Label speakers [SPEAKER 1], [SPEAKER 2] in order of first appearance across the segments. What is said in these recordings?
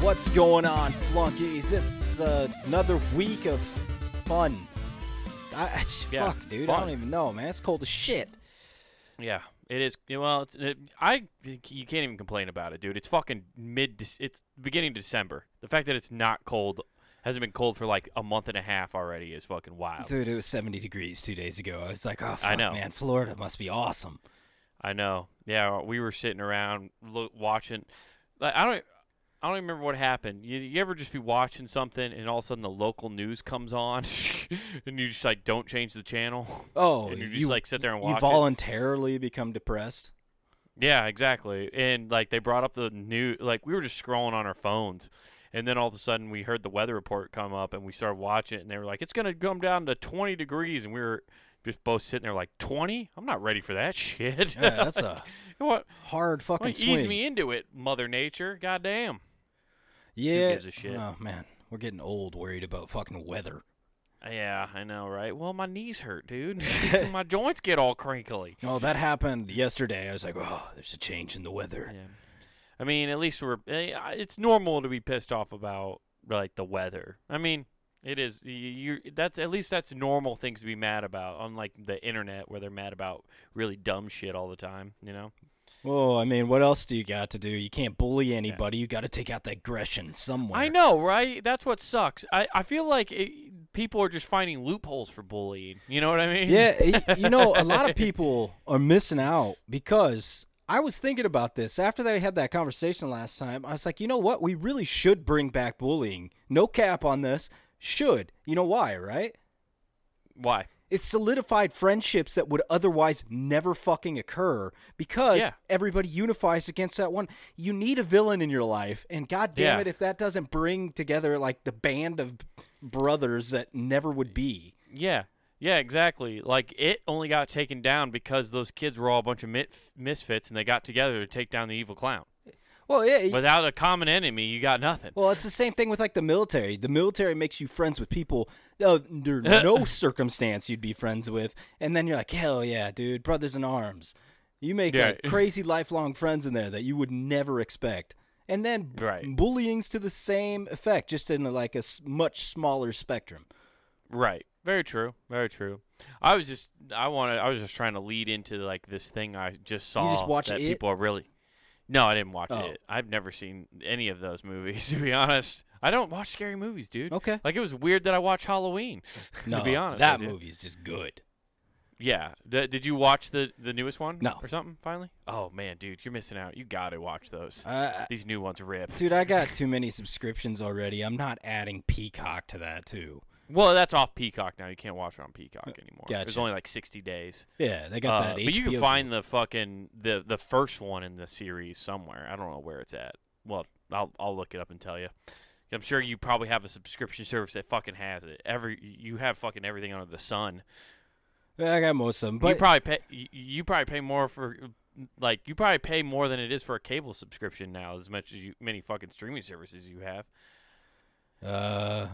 [SPEAKER 1] What's going on, flunkies? It's uh, another week of fun. I, I-
[SPEAKER 2] Yeah,
[SPEAKER 1] fuck, dude. I
[SPEAKER 2] fun.
[SPEAKER 1] don't even know, man. It's cold as shit.
[SPEAKER 2] Yeah, it is. yeah, Well, it's, it, I you can't even complain about it, dude. It's fucking mid. Dec- It's beginning of December. The fact that it's not cold hasn't been cold for like a month and a half already is fucking wild.
[SPEAKER 1] Dude, it was 70 degrees two days ago. I was like, oh, fuck,
[SPEAKER 2] Uh, I know.
[SPEAKER 1] man. Florida must be awesome.
[SPEAKER 2] I know. Yeah, we were sitting around lo- watching. Like I don't. I don't even remember what happened. You, you ever just be watching something and all of a sudden the local news comes on, and you just like don't change the channel.
[SPEAKER 1] Oh,
[SPEAKER 2] And you just,
[SPEAKER 1] you
[SPEAKER 2] like, sit there and
[SPEAKER 1] You
[SPEAKER 2] watch it?
[SPEAKER 1] voluntarily become depressed.
[SPEAKER 2] Yeah, exactly. And like they brought up the new like we were just scrolling on our phones and then all of a sudden we heard the weather report come up and we started watching it and they were like it's going to come down to 20 degrees and we were just both sitting there like 20? I'm not ready for that shit.
[SPEAKER 1] Yeah, that's a
[SPEAKER 2] what
[SPEAKER 1] hard
[SPEAKER 2] what,
[SPEAKER 1] fucking
[SPEAKER 2] ease
[SPEAKER 1] swing.
[SPEAKER 2] me into it, mother nature. Goddamn.
[SPEAKER 1] yeah.
[SPEAKER 2] gives a shit?
[SPEAKER 1] Oh man, we're getting old, worried about fucking weather.
[SPEAKER 2] Yeah, I know, right? Well, my knees hurt, dude. my joints get all crinkly.
[SPEAKER 1] No, that happened yesterday. I was like, oh, there's a change in the weather.
[SPEAKER 2] Yeah. I mean, at least we're. eh, I- It's normal to be pissed off about like the weather. I mean, it is. You, you that's at least that's normal things to be mad about. Unlike the internet where they're mad about really dumb shit all the time. You know.
[SPEAKER 1] Well, I mean, what else do you got to do? You can't bully anybody. You got to take out the aggression somewhere.
[SPEAKER 2] I know, right? That's what sucks. I I feel like it, people are just finding loopholes for bullying. You know what I mean?
[SPEAKER 1] Yeah, y- you know, a lot of people are missing out because I was thinking about this after they had that conversation last time. I was like, you know what? We really should bring back bullying. No cap on this. Should. You know why, right?
[SPEAKER 2] Why?
[SPEAKER 1] It solidified friendships that would otherwise never fucking occur because
[SPEAKER 2] Yeah.
[SPEAKER 1] everybody unifies against that one. You need a villain in your life, and god damn
[SPEAKER 2] Yeah.
[SPEAKER 1] it, if that doesn't bring together like the band of brothers that never would be.
[SPEAKER 2] Yeah. Yeah, exactly. Like it only got taken down because those kids were all a bunch of mit- misfits and they got together to take down the evil clown.
[SPEAKER 1] Well, yeah, y-
[SPEAKER 2] Without a common enemy, you got nothing.
[SPEAKER 1] Well, it's the same thing with like the military. The military makes you friends with people uh, under no circumstance you'd be friends with, and then you're like, hell yeah, dude, brothers in arms. You make
[SPEAKER 2] Yeah.
[SPEAKER 1] like crazy lifelong friends in there that you would never expect, and then b-
[SPEAKER 2] Right.
[SPEAKER 1] bullying's to the same effect, just in like a s- much smaller spectrum.
[SPEAKER 2] right. Very true. Very true. I was just I wanted I was just trying to lead into like this thing I just saw
[SPEAKER 1] You just watched
[SPEAKER 2] that
[SPEAKER 1] It?
[SPEAKER 2] people are really No, I didn't watch
[SPEAKER 1] Oh.
[SPEAKER 2] it. I've never seen any of those movies to be honest. I don't watch scary movies, dude.
[SPEAKER 1] Okay.
[SPEAKER 2] Like it was weird that I watched Halloween.
[SPEAKER 1] No,
[SPEAKER 2] to be honest. I
[SPEAKER 1] that
[SPEAKER 2] did.
[SPEAKER 1] movie's just good.
[SPEAKER 2] Yeah. D- did you watch the the newest one?
[SPEAKER 1] No.
[SPEAKER 2] Or something? Finally. Oh man, dude, you're missing out. You gotta watch those.
[SPEAKER 1] Uh,
[SPEAKER 2] These new ones rip.
[SPEAKER 1] dude, I got too many subscriptions already. I'm not adding Peacock to that too.
[SPEAKER 2] Well, that's off Peacock now. You can't watch it on Peacock anymore. There's
[SPEAKER 1] gotcha.
[SPEAKER 2] only like 60 days.
[SPEAKER 1] Yeah, they got
[SPEAKER 2] Uh,
[SPEAKER 1] that.
[SPEAKER 2] but you
[SPEAKER 1] HBO
[SPEAKER 2] can find the fucking the the first one in the series somewhere. I don't know where it's at. Well, I'll I'll look it up and tell you. I'm sure you probably have a subscription service that fucking has it. Every you have fucking everything under the sun.
[SPEAKER 1] I got most of them, but
[SPEAKER 2] you probably pay you, you probably pay more for like you probably pay more than it is for a cable subscription now as much as you many fucking streaming services you have.
[SPEAKER 1] Uh,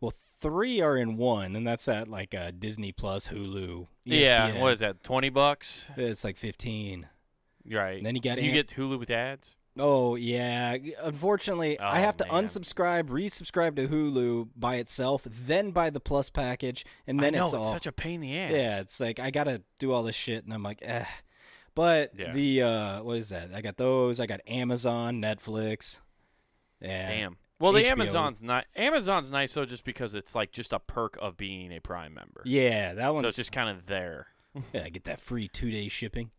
[SPEAKER 1] well, three are in one, and that's at like uh, Disney Plus, Hulu. E
[SPEAKER 2] Yeah,
[SPEAKER 1] ESPN.
[SPEAKER 2] what is that? 20 bucks?
[SPEAKER 1] It's like fifteen.
[SPEAKER 2] Right.
[SPEAKER 1] Then you got
[SPEAKER 2] Do you
[SPEAKER 1] Ant-
[SPEAKER 2] get Hulu with ads?
[SPEAKER 1] Oh yeah. Unfortunately, I
[SPEAKER 2] Oh,
[SPEAKER 1] have to
[SPEAKER 2] man.
[SPEAKER 1] unsubscribe, resubscribe to Hulu by itself, then buy the Plus package, and then
[SPEAKER 2] I know,
[SPEAKER 1] it's all.
[SPEAKER 2] such a pain in the ass.
[SPEAKER 1] yeah, it's like I gotta do all this shit, and I'm like, eh. But
[SPEAKER 2] Yeah.
[SPEAKER 1] the uh, what is that? I got those. I got Amazon, Netflix. Yeah.
[SPEAKER 2] Damn. Well, the
[SPEAKER 1] HBO.
[SPEAKER 2] Amazon's not Amazon's nice though, just because it's like just a perk of being a Prime member.
[SPEAKER 1] Yeah, that
[SPEAKER 2] so
[SPEAKER 1] one's
[SPEAKER 2] it's just kind of there.
[SPEAKER 1] yeah, I get that free two day shipping.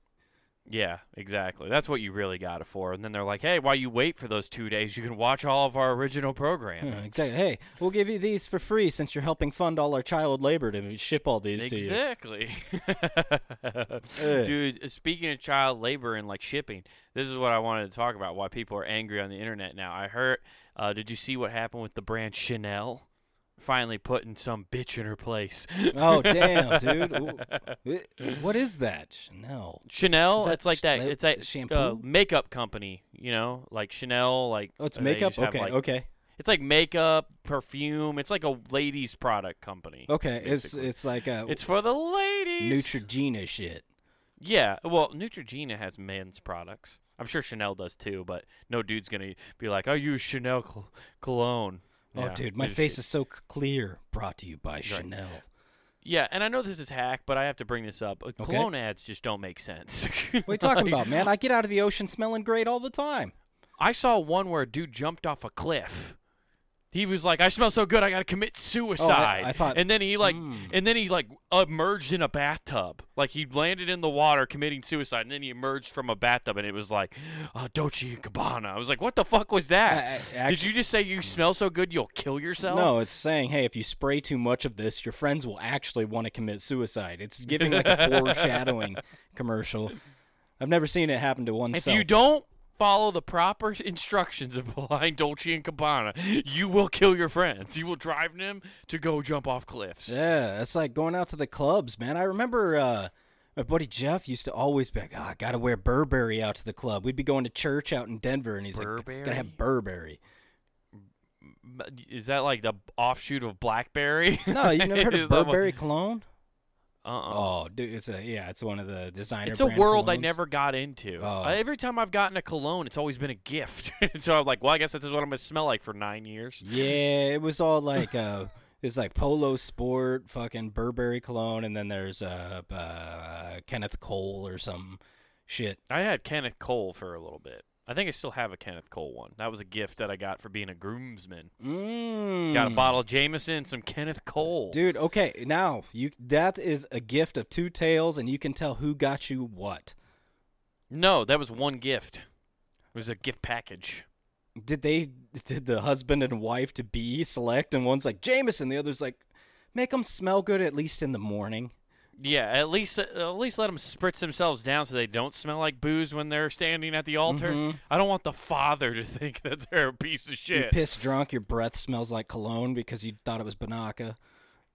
[SPEAKER 2] Yeah, exactly. That's what you really got it for. And then they're like, "Hey, while you wait for those two days, you can watch all of our original
[SPEAKER 1] Yeah,
[SPEAKER 2] programming."
[SPEAKER 1] exactly. Hey, we'll give you these for free since you're helping fund all our child labor to ship all these to you. Eh.
[SPEAKER 2] Exactly.
[SPEAKER 1] Ugh.
[SPEAKER 2] Dude, speaking of child labor and like shipping, this is what I wanted to talk about why people are angry on the internet now. I heard, uh, did you see what happened with the brand Chanel? Finally putting some bitch in her place.
[SPEAKER 1] Oh damn, dude! Ooh. Wh- What is that? Chanel.
[SPEAKER 2] Chanel,
[SPEAKER 1] Is that
[SPEAKER 2] it's like
[SPEAKER 1] sh-
[SPEAKER 2] that.
[SPEAKER 1] la-
[SPEAKER 2] It's that uh,
[SPEAKER 1] shampoo?
[SPEAKER 2] makeup company, you know, like Chanel, like
[SPEAKER 1] Oh, it's
[SPEAKER 2] uh, they
[SPEAKER 1] makeup.
[SPEAKER 2] just have,
[SPEAKER 1] Okay,
[SPEAKER 2] like-
[SPEAKER 1] okay,
[SPEAKER 2] It's like makeup, perfume. It's like a ladies' product company.
[SPEAKER 1] okay. It's
[SPEAKER 2] basically.
[SPEAKER 1] it's like a
[SPEAKER 2] It's for the ladies.
[SPEAKER 1] Neutrogena shit.
[SPEAKER 2] Yeah, well, Neutrogena has men's products. I'm sure Chanel does too, but no dude's gonna be like, "I use Chanel col- cologne."
[SPEAKER 1] Oh,
[SPEAKER 2] Yeah,
[SPEAKER 1] dude, my
[SPEAKER 2] it just-
[SPEAKER 1] face is so c- clear. Brought to you by Chanel.
[SPEAKER 2] Yeah, and I know this is hack, but I have to bring this up. Uh, Cologne ads just don't make sense.
[SPEAKER 1] What are you talking about, man? I get out of the ocean smelling great all the time.
[SPEAKER 2] I saw one where a dude jumped off a cliff. He was like, "I smell so good, I gotta commit suicide."
[SPEAKER 1] I Oh, thought-
[SPEAKER 2] and then he like,
[SPEAKER 1] Mm.
[SPEAKER 2] and then he like emerged in a bathtub. Like he landed in the water, committing suicide, and then he emerged from a bathtub, and it was like, uh, Dolce and Gabbana. I was like, "What the fuck was
[SPEAKER 1] I- I-
[SPEAKER 2] that? Did
[SPEAKER 1] actu-
[SPEAKER 2] you just say you smell so good you'll kill yourself?"
[SPEAKER 1] No, it's saying, hey, if you spray too much of this, your friends will actually want to commit suicide. It's giving like a foreshadowing commercial. I've never seen it happen to one.
[SPEAKER 2] If you don't follow the proper instructions of behind Dolce and Gabbana, you will kill your friends. You will drive them to go jump off cliffs.
[SPEAKER 1] Yeah, it's like going out to the clubs, man. I remember uh, my buddy Jeff used to always be like, oh, I got to wear Burberry out to the club. We'd be going to church out in Denver, and he's like, got to have Burberry.
[SPEAKER 2] M- Is that like the offshoot of BlackBerry?
[SPEAKER 1] No, you never heard
[SPEAKER 2] Is
[SPEAKER 1] of
[SPEAKER 2] that what-
[SPEAKER 1] Burberry cologne?
[SPEAKER 2] Uh-uh.
[SPEAKER 1] Oh, dude, it's a yeah, it's one of the designer.
[SPEAKER 2] It's a
[SPEAKER 1] brand
[SPEAKER 2] world I
[SPEAKER 1] colognes.
[SPEAKER 2] never got into.
[SPEAKER 1] Oh.
[SPEAKER 2] Uh, every time I've gotten a cologne, it's always been a gift. so I'm like, well, I guess this is what I'm gonna smell like for nine years.
[SPEAKER 1] Yeah, it was all like uh, it's like Polo Sport, fucking Burberry cologne, and then there's uh, uh Kenneth Cole or some shit.
[SPEAKER 2] I had Kenneth Cole for a little bit. I think I still have a Kenneth Cole one. That was a gift that I got for being a groomsman.
[SPEAKER 1] Mm.
[SPEAKER 2] Got a bottle of Jameson, some Kenneth Cole.
[SPEAKER 1] Dude, okay, now you that is a gift of two tails, and you can tell who got you what.
[SPEAKER 2] No, that was one gift. It was a gift package.
[SPEAKER 1] Did they did the husband and wife to be select, and one's like Jameson, the other's like, make them smell good at least in the morning.
[SPEAKER 2] Yeah, at least uh, at least let them spritz themselves down so they don't smell like booze when they're standing at the altar.
[SPEAKER 1] Mhm.
[SPEAKER 2] I don't want the father to think that they're a piece of
[SPEAKER 1] You
[SPEAKER 2] shit.
[SPEAKER 1] piss drunk, your breath smells like cologne because you thought it was Banaka.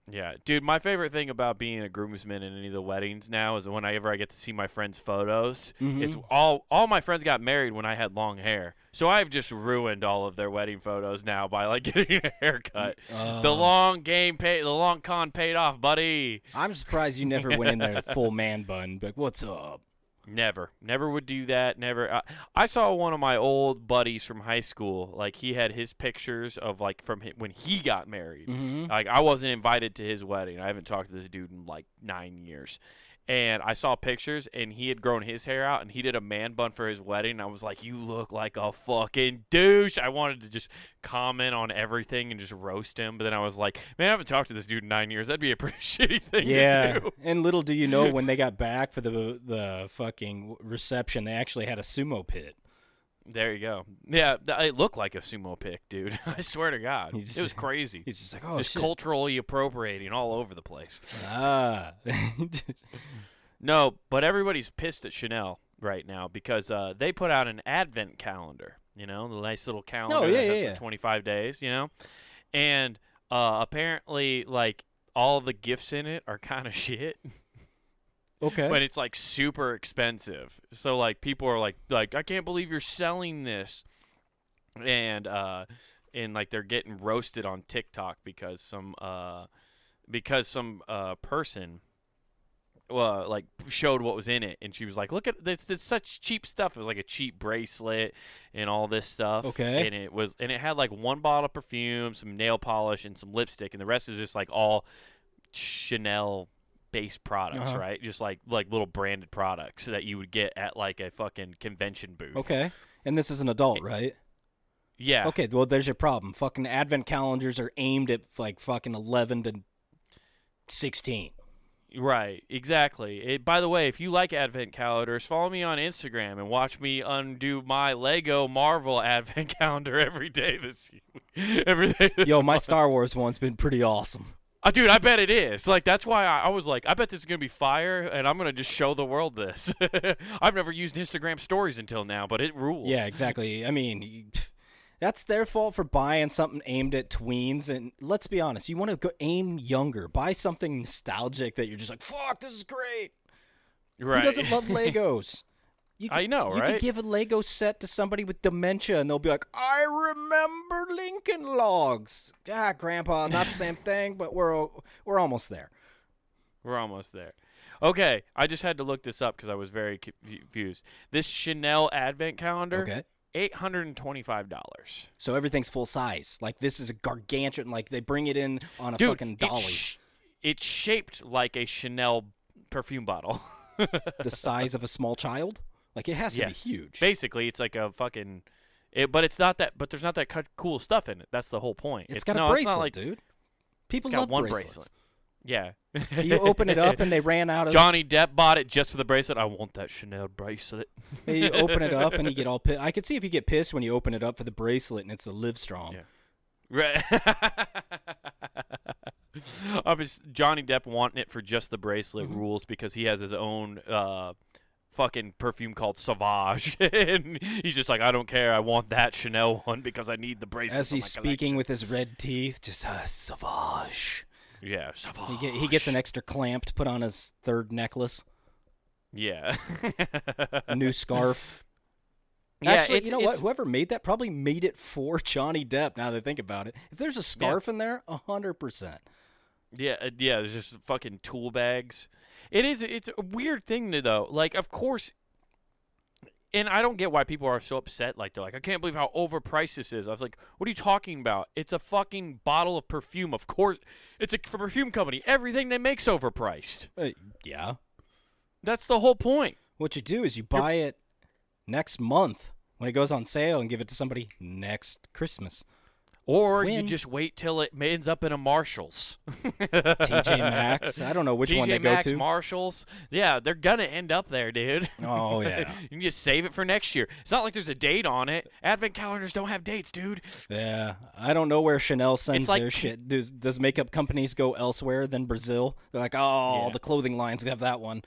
[SPEAKER 2] Yeah, dude, my favorite thing about being a groomsman in any of the weddings now is whenever I get to see my friends' photos. It's all all my friends got married when I had long hair, so I've just ruined all of their wedding photos now by like getting a haircut. the long game paid, the long con paid off, buddy.
[SPEAKER 1] I'm surprised you never went in there full man bun. Like, what's up?
[SPEAKER 2] Never, never would do that. Never. I, I saw one of my old buddies from high school. Like he had his pictures of like from hi when he got married.
[SPEAKER 1] Mm-hmm.
[SPEAKER 2] Like I wasn't invited to his wedding. I haven't talked to this dude in like nine years. And I saw pictures, and he had grown his hair out, and he did a man bun for his wedding. And I was like, "You look like a fucking douche." I wanted to just comment on everything and just roast him, but then I was like, "Man, I haven't talked to this dude in nine years. That'd be a pretty shitty thing
[SPEAKER 1] Mm-hmm. Yeah.
[SPEAKER 2] to do."
[SPEAKER 1] And little do you know, when they got back for the the fucking reception, they actually had a sumo pit.
[SPEAKER 2] There you go. Yeah, th- it looked like a sumo pick, dude. I swear to God,
[SPEAKER 1] He's-
[SPEAKER 2] it was crazy.
[SPEAKER 1] He's just like, oh,
[SPEAKER 2] Just
[SPEAKER 1] shit.
[SPEAKER 2] culturally appropriating all over the place.
[SPEAKER 1] Ah.
[SPEAKER 2] No, but everybody's pissed at Chanel right now because uh, they put out an advent calendar. You know, the nice little calendar.
[SPEAKER 1] Oh, yeah,
[SPEAKER 2] that has
[SPEAKER 1] yeah,
[SPEAKER 2] the
[SPEAKER 1] yeah.
[SPEAKER 2] Twenty-five days. You know, and uh, apparently, like all the gifts in it are kind of shit.
[SPEAKER 1] okay.
[SPEAKER 2] but it's like super expensive. So like people are like like I can't believe you're selling this, and uh, and like they're getting roasted on TikTok because some uh, because some uh person. Well, like showed what was in it, and she was like, "Look at this! It's such cheap stuff. It was like a cheap bracelet and all this stuff.
[SPEAKER 1] Okay.
[SPEAKER 2] and it was, and it had like one bottle of perfume, some nail polish, and some lipstick, and the rest is just like all Chanel based products,
[SPEAKER 1] Uh-huh.
[SPEAKER 2] right? Just like like little branded products that you would get at like a fucking convention booth.
[SPEAKER 1] okay. And this is an adult, right?
[SPEAKER 2] Yeah.
[SPEAKER 1] Okay. Well, there's your problem. Fucking advent calendars are aimed at like fucking 11 to 16.
[SPEAKER 2] Right. Exactly. It, by the way, if you like advent calendars, follow me on Instagram and watch me undo my Lego Marvel advent calendar every day this year. every day. This
[SPEAKER 1] Yo, my Star Wars one's been pretty awesome.
[SPEAKER 2] Uh, dude, I bet it is. Like that's why I, I was like, I bet this is gonna be fire, and I'm gonna just show the world this. I've never used Instagram stories until now, but it rules.
[SPEAKER 1] Yeah, exactly. I mean, you- that's their fault for buying something aimed at tweens. And let's be honest, you want to go aim younger. Buy something nostalgic that you're just like, fuck, this is great.
[SPEAKER 2] Right.
[SPEAKER 1] Who doesn't love Legos? You
[SPEAKER 2] I know,
[SPEAKER 1] You could
[SPEAKER 2] right?
[SPEAKER 1] give a Lego set to somebody with dementia, and they'll be like, "I remember Lincoln Logs." Ah, Grandpa, not the same thing, but we're o- we're almost there.
[SPEAKER 2] We're almost there. Okay, I just had to look this up because I was very confused. This Chanel Advent Calendar,
[SPEAKER 1] Okay.
[SPEAKER 2] eight hundred and twenty-five dollars.
[SPEAKER 1] So everything's full size. Like this is a gargantuan. Like they bring it in on a
[SPEAKER 2] Dude,
[SPEAKER 1] fucking dolly.
[SPEAKER 2] It's, sh- it's shaped like a Chanel perfume bottle.
[SPEAKER 1] the size of a small child. Like it has to
[SPEAKER 2] yes,
[SPEAKER 1] be huge.
[SPEAKER 2] Basically, it's like a fucking. It, but it's not that. But there's not that cu- cool stuff in it. That's the whole point.
[SPEAKER 1] it's got
[SPEAKER 2] no,
[SPEAKER 1] a bracelet,
[SPEAKER 2] it's not like,
[SPEAKER 1] dude. People
[SPEAKER 2] It's got
[SPEAKER 1] love
[SPEAKER 2] one
[SPEAKER 1] bracelets.
[SPEAKER 2] Yeah.
[SPEAKER 1] you open it up and they ran out of.
[SPEAKER 2] Johnny Depp bought it just for the bracelet. I want that Chanel bracelet.
[SPEAKER 1] you open it up and you get all pissed. I could see if you get pissed when you open it up for the bracelet and it's a Livestrong.
[SPEAKER 2] Yeah. Right. Obvious- Johnny Depp wanting it for just the bracelet
[SPEAKER 1] Mm-hmm.
[SPEAKER 2] rules because he has his own uh, fucking perfume called Sauvage, and he's just like, I don't care. I want that Chanel one because I need the bracelet.
[SPEAKER 1] As
[SPEAKER 2] for
[SPEAKER 1] he's
[SPEAKER 2] my
[SPEAKER 1] speaking
[SPEAKER 2] collection."
[SPEAKER 1] with his red teeth, just uh, savage.
[SPEAKER 2] yeah,
[SPEAKER 1] He,
[SPEAKER 2] Sauvage.
[SPEAKER 1] get, he gets an extra clamp to put on his third necklace,
[SPEAKER 2] yeah.
[SPEAKER 1] a new scarf.
[SPEAKER 2] Yeah,
[SPEAKER 1] Actually,
[SPEAKER 2] it's-
[SPEAKER 1] you know what?
[SPEAKER 2] it's-
[SPEAKER 1] Whoever made that probably made it for Johnny Depp. Now that I think about it, if there's a scarf in there, hundred percent.
[SPEAKER 2] Yeah, uh, yeah, there's just fucking tool bags. It is it's a weird thing to though. Like of course and I don't get why people are so upset like they're like I can't believe how overpriced this is. I was like, "What are you talking about? It's a fucking bottle of perfume. Of course, it's a perfume company. Everything they make's overpriced.
[SPEAKER 1] yeah.
[SPEAKER 2] That's the whole point."
[SPEAKER 1] What you do is you buy it next month when it goes on sale and give it to somebody next Christmas.
[SPEAKER 2] Or you
[SPEAKER 1] When-
[SPEAKER 2] just wait till it ends up in a Marshalls.
[SPEAKER 1] TJ Maxx. I don't know which
[SPEAKER 2] TJ
[SPEAKER 1] one they
[SPEAKER 2] Maxx,
[SPEAKER 1] go to.
[SPEAKER 2] Marshalls. Yeah, they're gonna end up there, dude.
[SPEAKER 1] Oh, yeah.
[SPEAKER 2] you can just save it for next year. It's not like there's a date on it. Advent calendars don't have dates, dude.
[SPEAKER 1] yeah, I don't know where Chanel sends
[SPEAKER 2] like-
[SPEAKER 1] their shit. Does, does makeup companies go elsewhere than Brazil? They're like, oh,
[SPEAKER 2] Yeah.
[SPEAKER 1] the clothing lines have that one.
[SPEAKER 2] N-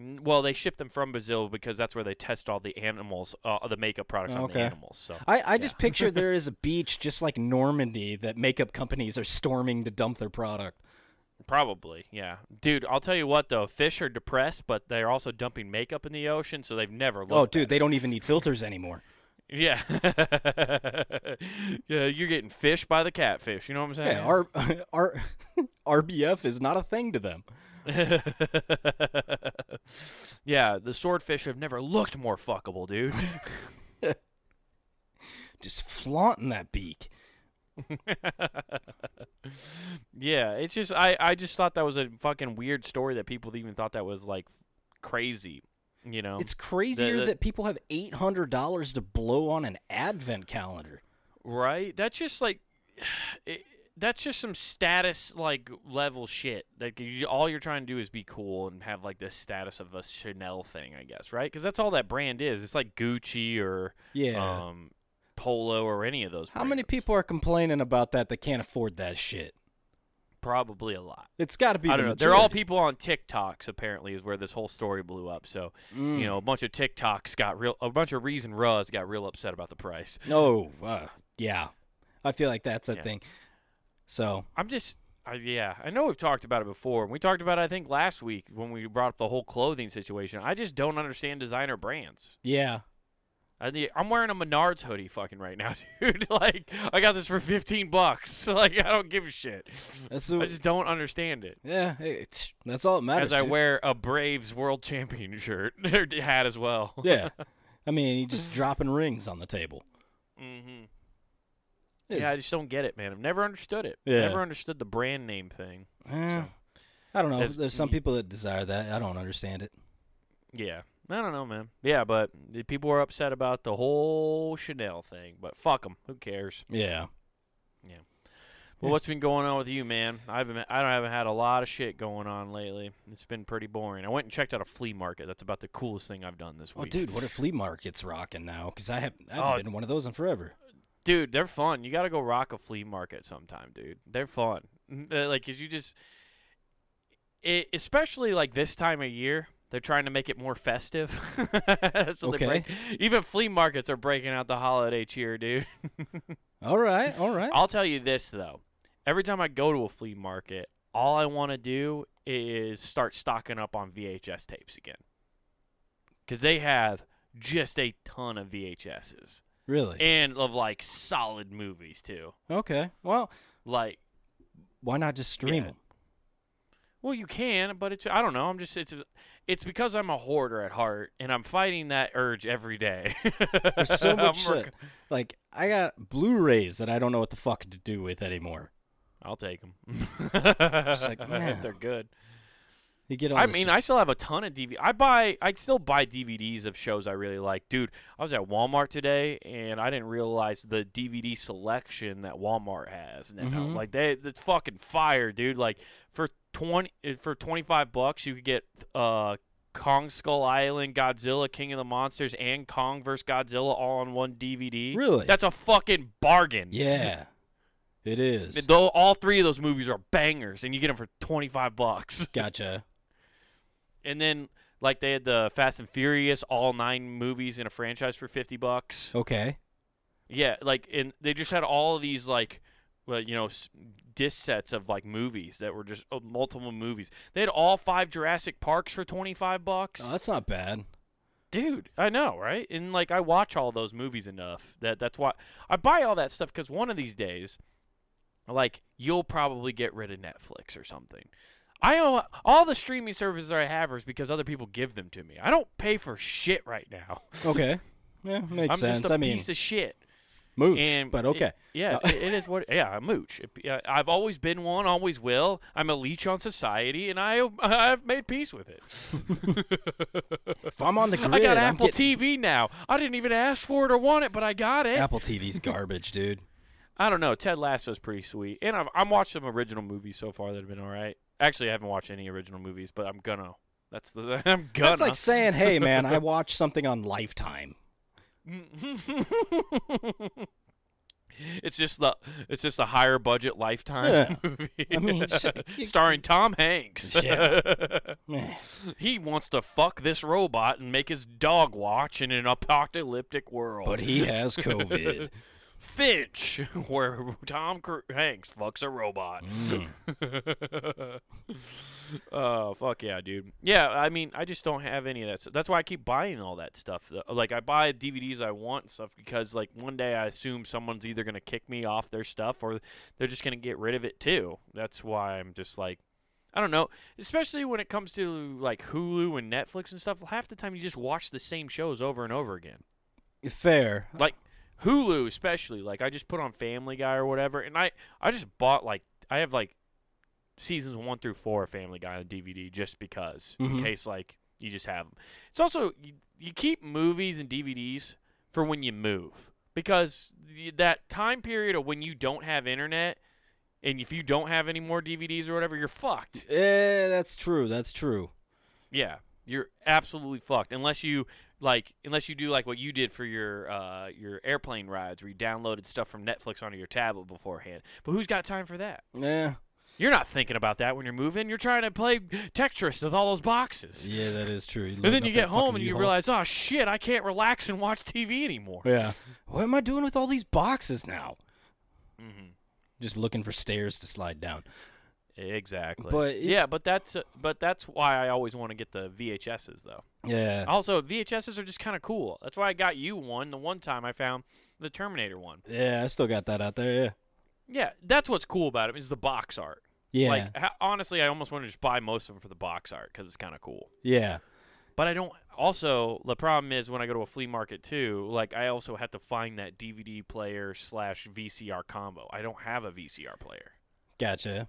[SPEAKER 2] Mm, Well, they ship them from Brazil because that's where they test all the animals, uh, the makeup products on the
[SPEAKER 1] Okay.
[SPEAKER 2] animals. So
[SPEAKER 1] I, I just picture there is a beach just like Normandy that makeup companies are storming to dump their product.
[SPEAKER 2] probably, yeah, dude. I'll tell you what though, fish are depressed, but they're also dumping makeup in the ocean, so they've never looked.
[SPEAKER 1] oh, dude, they don't even need filters anymore.
[SPEAKER 2] yeah, yeah. You're getting fished by the catfish. You know what I'm saying?
[SPEAKER 1] Yeah, R, R, RBF is not a thing to them.
[SPEAKER 2] yeah, the swordfish have never looked more fuckable, dude.
[SPEAKER 1] Just flaunting that beak.
[SPEAKER 2] yeah, it's just I I just thought that was a fucking weird story that people even thought that was like crazy, you know.
[SPEAKER 1] It's crazier
[SPEAKER 2] Oh. the-
[SPEAKER 1] that people have eight hundred dollars to blow on an advent calendar.
[SPEAKER 2] right? That's just like it, that's just some status like level shit. Like you, all you're trying to do is be cool and have like the status of a Chanel thing, I guess, right? Cuz that's all that brand is. It's like Gucci or
[SPEAKER 1] Yeah.
[SPEAKER 2] um Polo or any of those
[SPEAKER 1] How many
[SPEAKER 2] brands.
[SPEAKER 1] people are complaining about that that can't afford that shit?
[SPEAKER 2] Probably a lot.
[SPEAKER 1] It's got to be.
[SPEAKER 2] I
[SPEAKER 1] the
[SPEAKER 2] don't know. They're all
[SPEAKER 1] majority.
[SPEAKER 2] people on TikToks apparently is where this whole story blew up. So you
[SPEAKER 1] Mm.
[SPEAKER 2] know, a bunch of TikToks got real. A bunch of Reason Russ got real upset about the price.
[SPEAKER 1] No. uh, yeah. I feel like that's a
[SPEAKER 2] Yeah.
[SPEAKER 1] thing. So
[SPEAKER 2] I'm just, I, yeah, I know we've talked about it before. We talked about it, I think last week when we brought up the whole clothing situation. I just don't understand designer brands.
[SPEAKER 1] yeah.
[SPEAKER 2] I, think- I'm wearing a Menards hoodie fucking right now, dude. like I got this for 15 bucks. Like I don't give a shit.
[SPEAKER 1] That's
[SPEAKER 2] I
[SPEAKER 1] the-
[SPEAKER 2] just don't understand it.
[SPEAKER 1] yeah. It's, that's all it matters.
[SPEAKER 2] As I
[SPEAKER 1] dude.
[SPEAKER 2] wear a Braves World Champion shirt or hat as well.
[SPEAKER 1] yeah. I mean, you just dropping rings on the table.
[SPEAKER 2] hmm
[SPEAKER 1] It's-
[SPEAKER 2] Yeah, I just don't get it, man. I've never understood it.
[SPEAKER 1] Yeah.
[SPEAKER 2] Never understood the brand name thing.
[SPEAKER 1] eh,
[SPEAKER 2] so.
[SPEAKER 1] I don't know.
[SPEAKER 2] That's-
[SPEAKER 1] There's some people that desire that. I don't understand it.
[SPEAKER 2] Yeah. I don't know, man. Yeah, but the people were upset about the whole Chanel thing, but fuck 'em. Who cares?
[SPEAKER 1] Yeah.
[SPEAKER 2] Well,
[SPEAKER 1] Yeah.
[SPEAKER 2] what's been going on with you, man? I haven't, I don't, haven't had a lot of shit going on lately. It's been pretty boring. I went and checked out a flea market. That's about the coolest thing I've done this
[SPEAKER 1] Oh,
[SPEAKER 2] week.
[SPEAKER 1] dude, what a flea market's rocking now? Because I have I haven't
[SPEAKER 2] Oh.
[SPEAKER 1] been to one of those in forever.
[SPEAKER 2] Dude, they're fun. You got to go rock a flea market sometime, dude. They're fun. Uh, Like, 'cause you just, it, especially like this time of year, they're trying to make it more festive. So they
[SPEAKER 1] Okay.
[SPEAKER 2] break- even flea markets are breaking out the holiday cheer, dude.
[SPEAKER 1] All right, all right.
[SPEAKER 2] I'll tell you this though. Every time I go to a flea market, all I want to do is start stocking up on VHS tapes again. Cuz they have just a ton of VHSs
[SPEAKER 1] Really?
[SPEAKER 2] and of like solid movies too.
[SPEAKER 1] Okay. Well,
[SPEAKER 2] Like
[SPEAKER 1] why not just stream
[SPEAKER 2] Yeah.
[SPEAKER 1] them?
[SPEAKER 2] Well, you can, but it's I don't know. I'm just it's it's because I'm a hoarder at heart, and I'm fighting that urge every day.
[SPEAKER 1] There's so
[SPEAKER 2] I'm
[SPEAKER 1] much
[SPEAKER 2] rec-
[SPEAKER 1] shit. Like I got Blu-rays that I don't know what the fuck to do with anymore.
[SPEAKER 2] I'll take them.
[SPEAKER 1] like,
[SPEAKER 2] if they're
[SPEAKER 1] man.
[SPEAKER 2] good.
[SPEAKER 1] You get all
[SPEAKER 2] I
[SPEAKER 1] this
[SPEAKER 2] mean,
[SPEAKER 1] shit.
[SPEAKER 2] I still have a ton of DVD. I buy, I still buy DVDs of shows I really like. Dude, I was at Walmart today, and I didn't realize the DVD selection that Walmart has now.
[SPEAKER 1] Mhm.
[SPEAKER 2] Like they, it's fucking fire, dude. Like for twenty, uh, for twenty five bucks, you could get uh Kong Skull Island, Godzilla, King of the Monsters, and Kong vs. Godzilla all on one DVD.
[SPEAKER 1] Really?
[SPEAKER 2] That's a fucking bargain.
[SPEAKER 1] yeah, it is.
[SPEAKER 2] Though all three of those movies are bangers, and you get them for twenty five bucks.
[SPEAKER 1] Gotcha.
[SPEAKER 2] And then like they had the Fast and Furious all nine movies in a franchise for 50 bucks.
[SPEAKER 1] Okay.
[SPEAKER 2] Yeah, like and they just had all of these like well, you know, s- disc sets of like movies that were just uh, multiple movies. They had all five Jurassic Parks for 25 bucks.
[SPEAKER 1] Oh, that's not bad.
[SPEAKER 2] Dude, I know, right? And like I watch all those movies enough that that's why I buy all that stuff cuz one of these days like you'll probably get rid of Netflix or something. I own all the streaming services I have is because other people give them to me. I don't pay for shit right now.
[SPEAKER 1] Okay. Yeah, makes
[SPEAKER 2] I'm
[SPEAKER 1] sense.
[SPEAKER 2] just a
[SPEAKER 1] I mean,
[SPEAKER 2] piece of shit.
[SPEAKER 1] mooch,
[SPEAKER 2] And
[SPEAKER 1] but
[SPEAKER 2] it-
[SPEAKER 1] okay.
[SPEAKER 2] yeah,
[SPEAKER 1] No.
[SPEAKER 2] it- it is what. Yeah, I mooch. It- yeah, I've always been one, always will. I'm a leech on society, and I I've made peace with it.
[SPEAKER 1] if I'm on the grid,
[SPEAKER 2] I got
[SPEAKER 1] am
[SPEAKER 2] Apple
[SPEAKER 1] getting...
[SPEAKER 2] TV now. I didn't even ask for it or want it, but I got it.
[SPEAKER 1] Apple TV's garbage, dude.
[SPEAKER 2] I don't know. Ted Lasso's pretty sweet, and I've I'm watched some original movies so far that have been all right. Actually, I haven't watched any original movies, but I'm gonna. That's the I'm gonna.
[SPEAKER 1] That's like saying, "Hey, man, I watched something on Lifetime."
[SPEAKER 2] it's just the it's just a higher budget lifetime
[SPEAKER 1] Yeah.
[SPEAKER 2] movie.
[SPEAKER 1] I mean, shit, you-
[SPEAKER 2] starring Tom Hanks.
[SPEAKER 1] Man,
[SPEAKER 2] he wants to fuck this robot and make his dog watch in an apocalyptic world.
[SPEAKER 1] but he has COVID.
[SPEAKER 2] Finch, where Tom Cru- Hanks fucks a robot. oh fuck yeah, dude. Yeah, I mean, I just don't have any of that. So that's why I keep buying all that stuff. though. Like I buy DVDs I want and stuff because like one day I assume someone's either gonna kick me off their stuff or they're just gonna get rid of it too. That's why I'm just like. I don't know, especially when it comes to like Hulu and Netflix and stuff. Half the time you just watch the same shows over and over again
[SPEAKER 1] Fair.
[SPEAKER 2] like Hulu especially. Like I just put on Family Guy or whatever, and I I just bought like I have like seasons one through four of Family Guy on DVD just because
[SPEAKER 1] Mhm.
[SPEAKER 2] in case like you just have them. It's also you, you keep movies and DVDs for when you move because y- that time period of when you don't have internet. And if you don't have any more DVDs or whatever, you're fucked.
[SPEAKER 1] Eh, that's true. That's true.
[SPEAKER 2] Yeah, you're absolutely fucked unless you like unless you do like what you did for your uh, your airplane rides where you downloaded stuff from Netflix onto your tablet beforehand. But who's got time for that?
[SPEAKER 1] Yeah.
[SPEAKER 2] You're not thinking about that when you're moving. You're trying to play Tetris with all those boxes.
[SPEAKER 1] Yeah, that is true.
[SPEAKER 2] And then you get home and you realize, oh shit, I can't relax and watch TV anymore.
[SPEAKER 1] Yeah. What am I doing with all these boxes now?
[SPEAKER 2] hmm
[SPEAKER 1] Just looking for stairs to slide down.
[SPEAKER 2] Exactly.
[SPEAKER 1] But it-
[SPEAKER 2] yeah, but that's uh, but that's why I always want to get the VHSs though.
[SPEAKER 1] Yeah.
[SPEAKER 2] Also, VHSs are just kind of cool. That's why I got you one. The one time I found the Terminator one.
[SPEAKER 1] Yeah, I still got that out there. Yeah.
[SPEAKER 2] Yeah, that's what's cool about it is the box art.
[SPEAKER 1] Yeah.
[SPEAKER 2] Like ha- honestly, I almost want to just buy most of them for the box art because it's kind of cool.
[SPEAKER 1] yeah.
[SPEAKER 2] But I don't. Also, the problem is when I go to a flea market too. Like I also have to find that DVD player slash VCR combo. I don't have a VCR player.
[SPEAKER 1] Gotcha.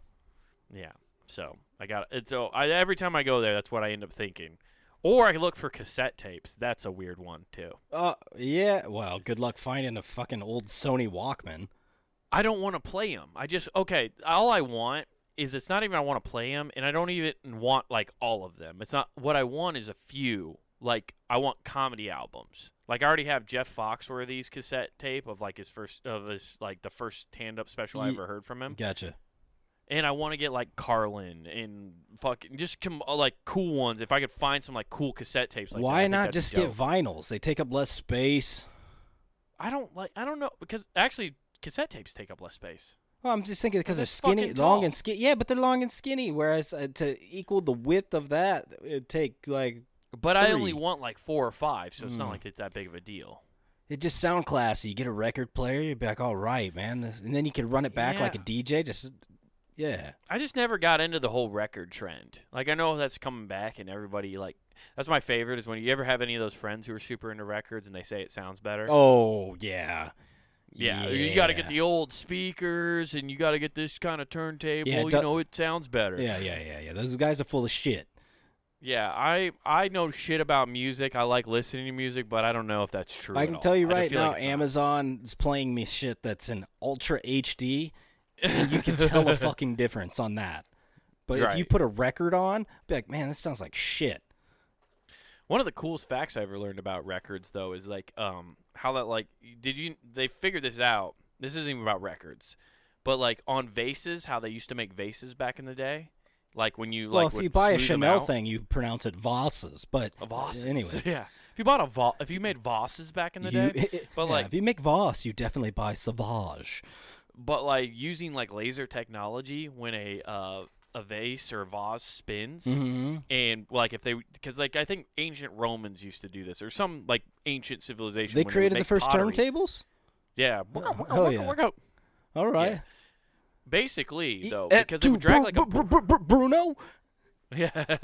[SPEAKER 2] Yeah. So I got it. So I, every time I go there, that's what I end up thinking. Or I look for cassette tapes. That's a weird one too.
[SPEAKER 1] Uh, yeah. Well, good luck finding a fucking old Sony Walkman.
[SPEAKER 2] I don't want to play him. I just okay. All I want is it's not even I want to play him, and I don't even want like all of them. It's not what I want is a few. Like I want comedy albums. Like I already have Jeff Foxworthy's cassette tape of like his first of his like the first stand up special I
[SPEAKER 1] Ye-
[SPEAKER 2] ever heard from him,
[SPEAKER 1] Gotcha.
[SPEAKER 2] and I want to get like Carlin and fucking just com- uh, like cool ones. If I could find some like cool cassette tapes, like that, I
[SPEAKER 1] Why
[SPEAKER 2] think
[SPEAKER 1] not
[SPEAKER 2] that'd be
[SPEAKER 1] just get
[SPEAKER 2] dope.
[SPEAKER 1] vinyls? They take up less space.
[SPEAKER 2] I don't like. I don't know because actually cassette tapes take up less space.
[SPEAKER 1] Well, I'm just thinking because they're
[SPEAKER 2] Because they're
[SPEAKER 1] skinny,
[SPEAKER 2] fucking
[SPEAKER 1] long
[SPEAKER 2] tall.
[SPEAKER 1] and skinny. Yeah, but they're long and skinny. Whereas uh, to equal the width of that, it'd take like
[SPEAKER 2] But I only
[SPEAKER 1] Three.
[SPEAKER 2] want like four or five, so it's
[SPEAKER 1] Mm.
[SPEAKER 2] not like it's that big of a deal.
[SPEAKER 1] it just sound classy. You get a record player, you'd be like, all right, man, and then you could run it back like a
[SPEAKER 2] Yeah.
[SPEAKER 1] DJ. Just Yeah.
[SPEAKER 2] I just never got into the whole record trend. Like I know that's coming back and everybody like that's my favorite is when you ever have any of those friends who are super into records and they say it sounds better.
[SPEAKER 1] Oh yeah.
[SPEAKER 2] yeah, you got to
[SPEAKER 1] yeah.
[SPEAKER 2] get the old speakers and you got to get this kind of turntable,
[SPEAKER 1] Yeah, it
[SPEAKER 2] you
[SPEAKER 1] do-
[SPEAKER 2] know it sounds better.
[SPEAKER 1] Yeah, yeah, yeah, yeah. Those guys are full of shit.
[SPEAKER 2] Yeah, I I know shit about music. I like listening to music, but I don't know if that's true.
[SPEAKER 1] I
[SPEAKER 2] at
[SPEAKER 1] can
[SPEAKER 2] all.
[SPEAKER 1] tell you
[SPEAKER 2] I don't
[SPEAKER 1] right
[SPEAKER 2] feel like
[SPEAKER 1] now,
[SPEAKER 2] it's not.
[SPEAKER 1] Amazon's playing me shit that's in ultra HD, and you can tell a fucking difference on that. But if you
[SPEAKER 2] Right.
[SPEAKER 1] put a record on, be like, man, this sounds like shit.
[SPEAKER 2] One of the coolest facts I ever learned about records, though, is like um, how that like did you they figured this out? This isn't even about records, but like on vases, how they used to make vases back in the day, like when you
[SPEAKER 1] well, if
[SPEAKER 2] like would
[SPEAKER 1] you buy a
[SPEAKER 2] smooth them
[SPEAKER 1] Chanel
[SPEAKER 2] out-
[SPEAKER 1] thing, you pronounce it Vosses, but
[SPEAKER 2] a Voss.
[SPEAKER 1] Anyway,
[SPEAKER 2] yeah, if you bought a Voss, if you made Vosses back in the
[SPEAKER 1] you,
[SPEAKER 2] day, but
[SPEAKER 1] yeah,
[SPEAKER 2] like
[SPEAKER 1] if you make Voss, you definitely buy Sauvage.
[SPEAKER 2] but like using like laser technology when a uh, a vase or vase spins
[SPEAKER 1] Mm-hmm.
[SPEAKER 2] and like if they because like i think ancient romans used to do this or some like ancient civilization
[SPEAKER 1] They
[SPEAKER 2] when would
[SPEAKER 1] created the
[SPEAKER 2] make
[SPEAKER 1] first
[SPEAKER 2] pottery.
[SPEAKER 1] turntables.
[SPEAKER 2] yeah
[SPEAKER 1] Oh, hell yeah. All right.
[SPEAKER 2] basically though
[SPEAKER 1] Eh,
[SPEAKER 2] because they would
[SPEAKER 1] dude,
[SPEAKER 2] drag
[SPEAKER 1] Bru-
[SPEAKER 2] like a
[SPEAKER 1] Bru- Bru- Bru- Bruno.
[SPEAKER 2] yeah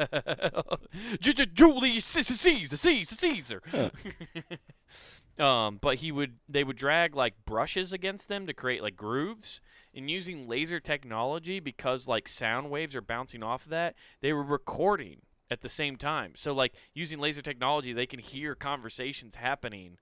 [SPEAKER 2] Ju- Ju- julius C- C- caesar caesar caesar um but he would they would drag like brushes against them to create like grooves and using laser technology because like sound waves are bouncing off of that they were recording at the same time so like using laser technology they can hear conversations happening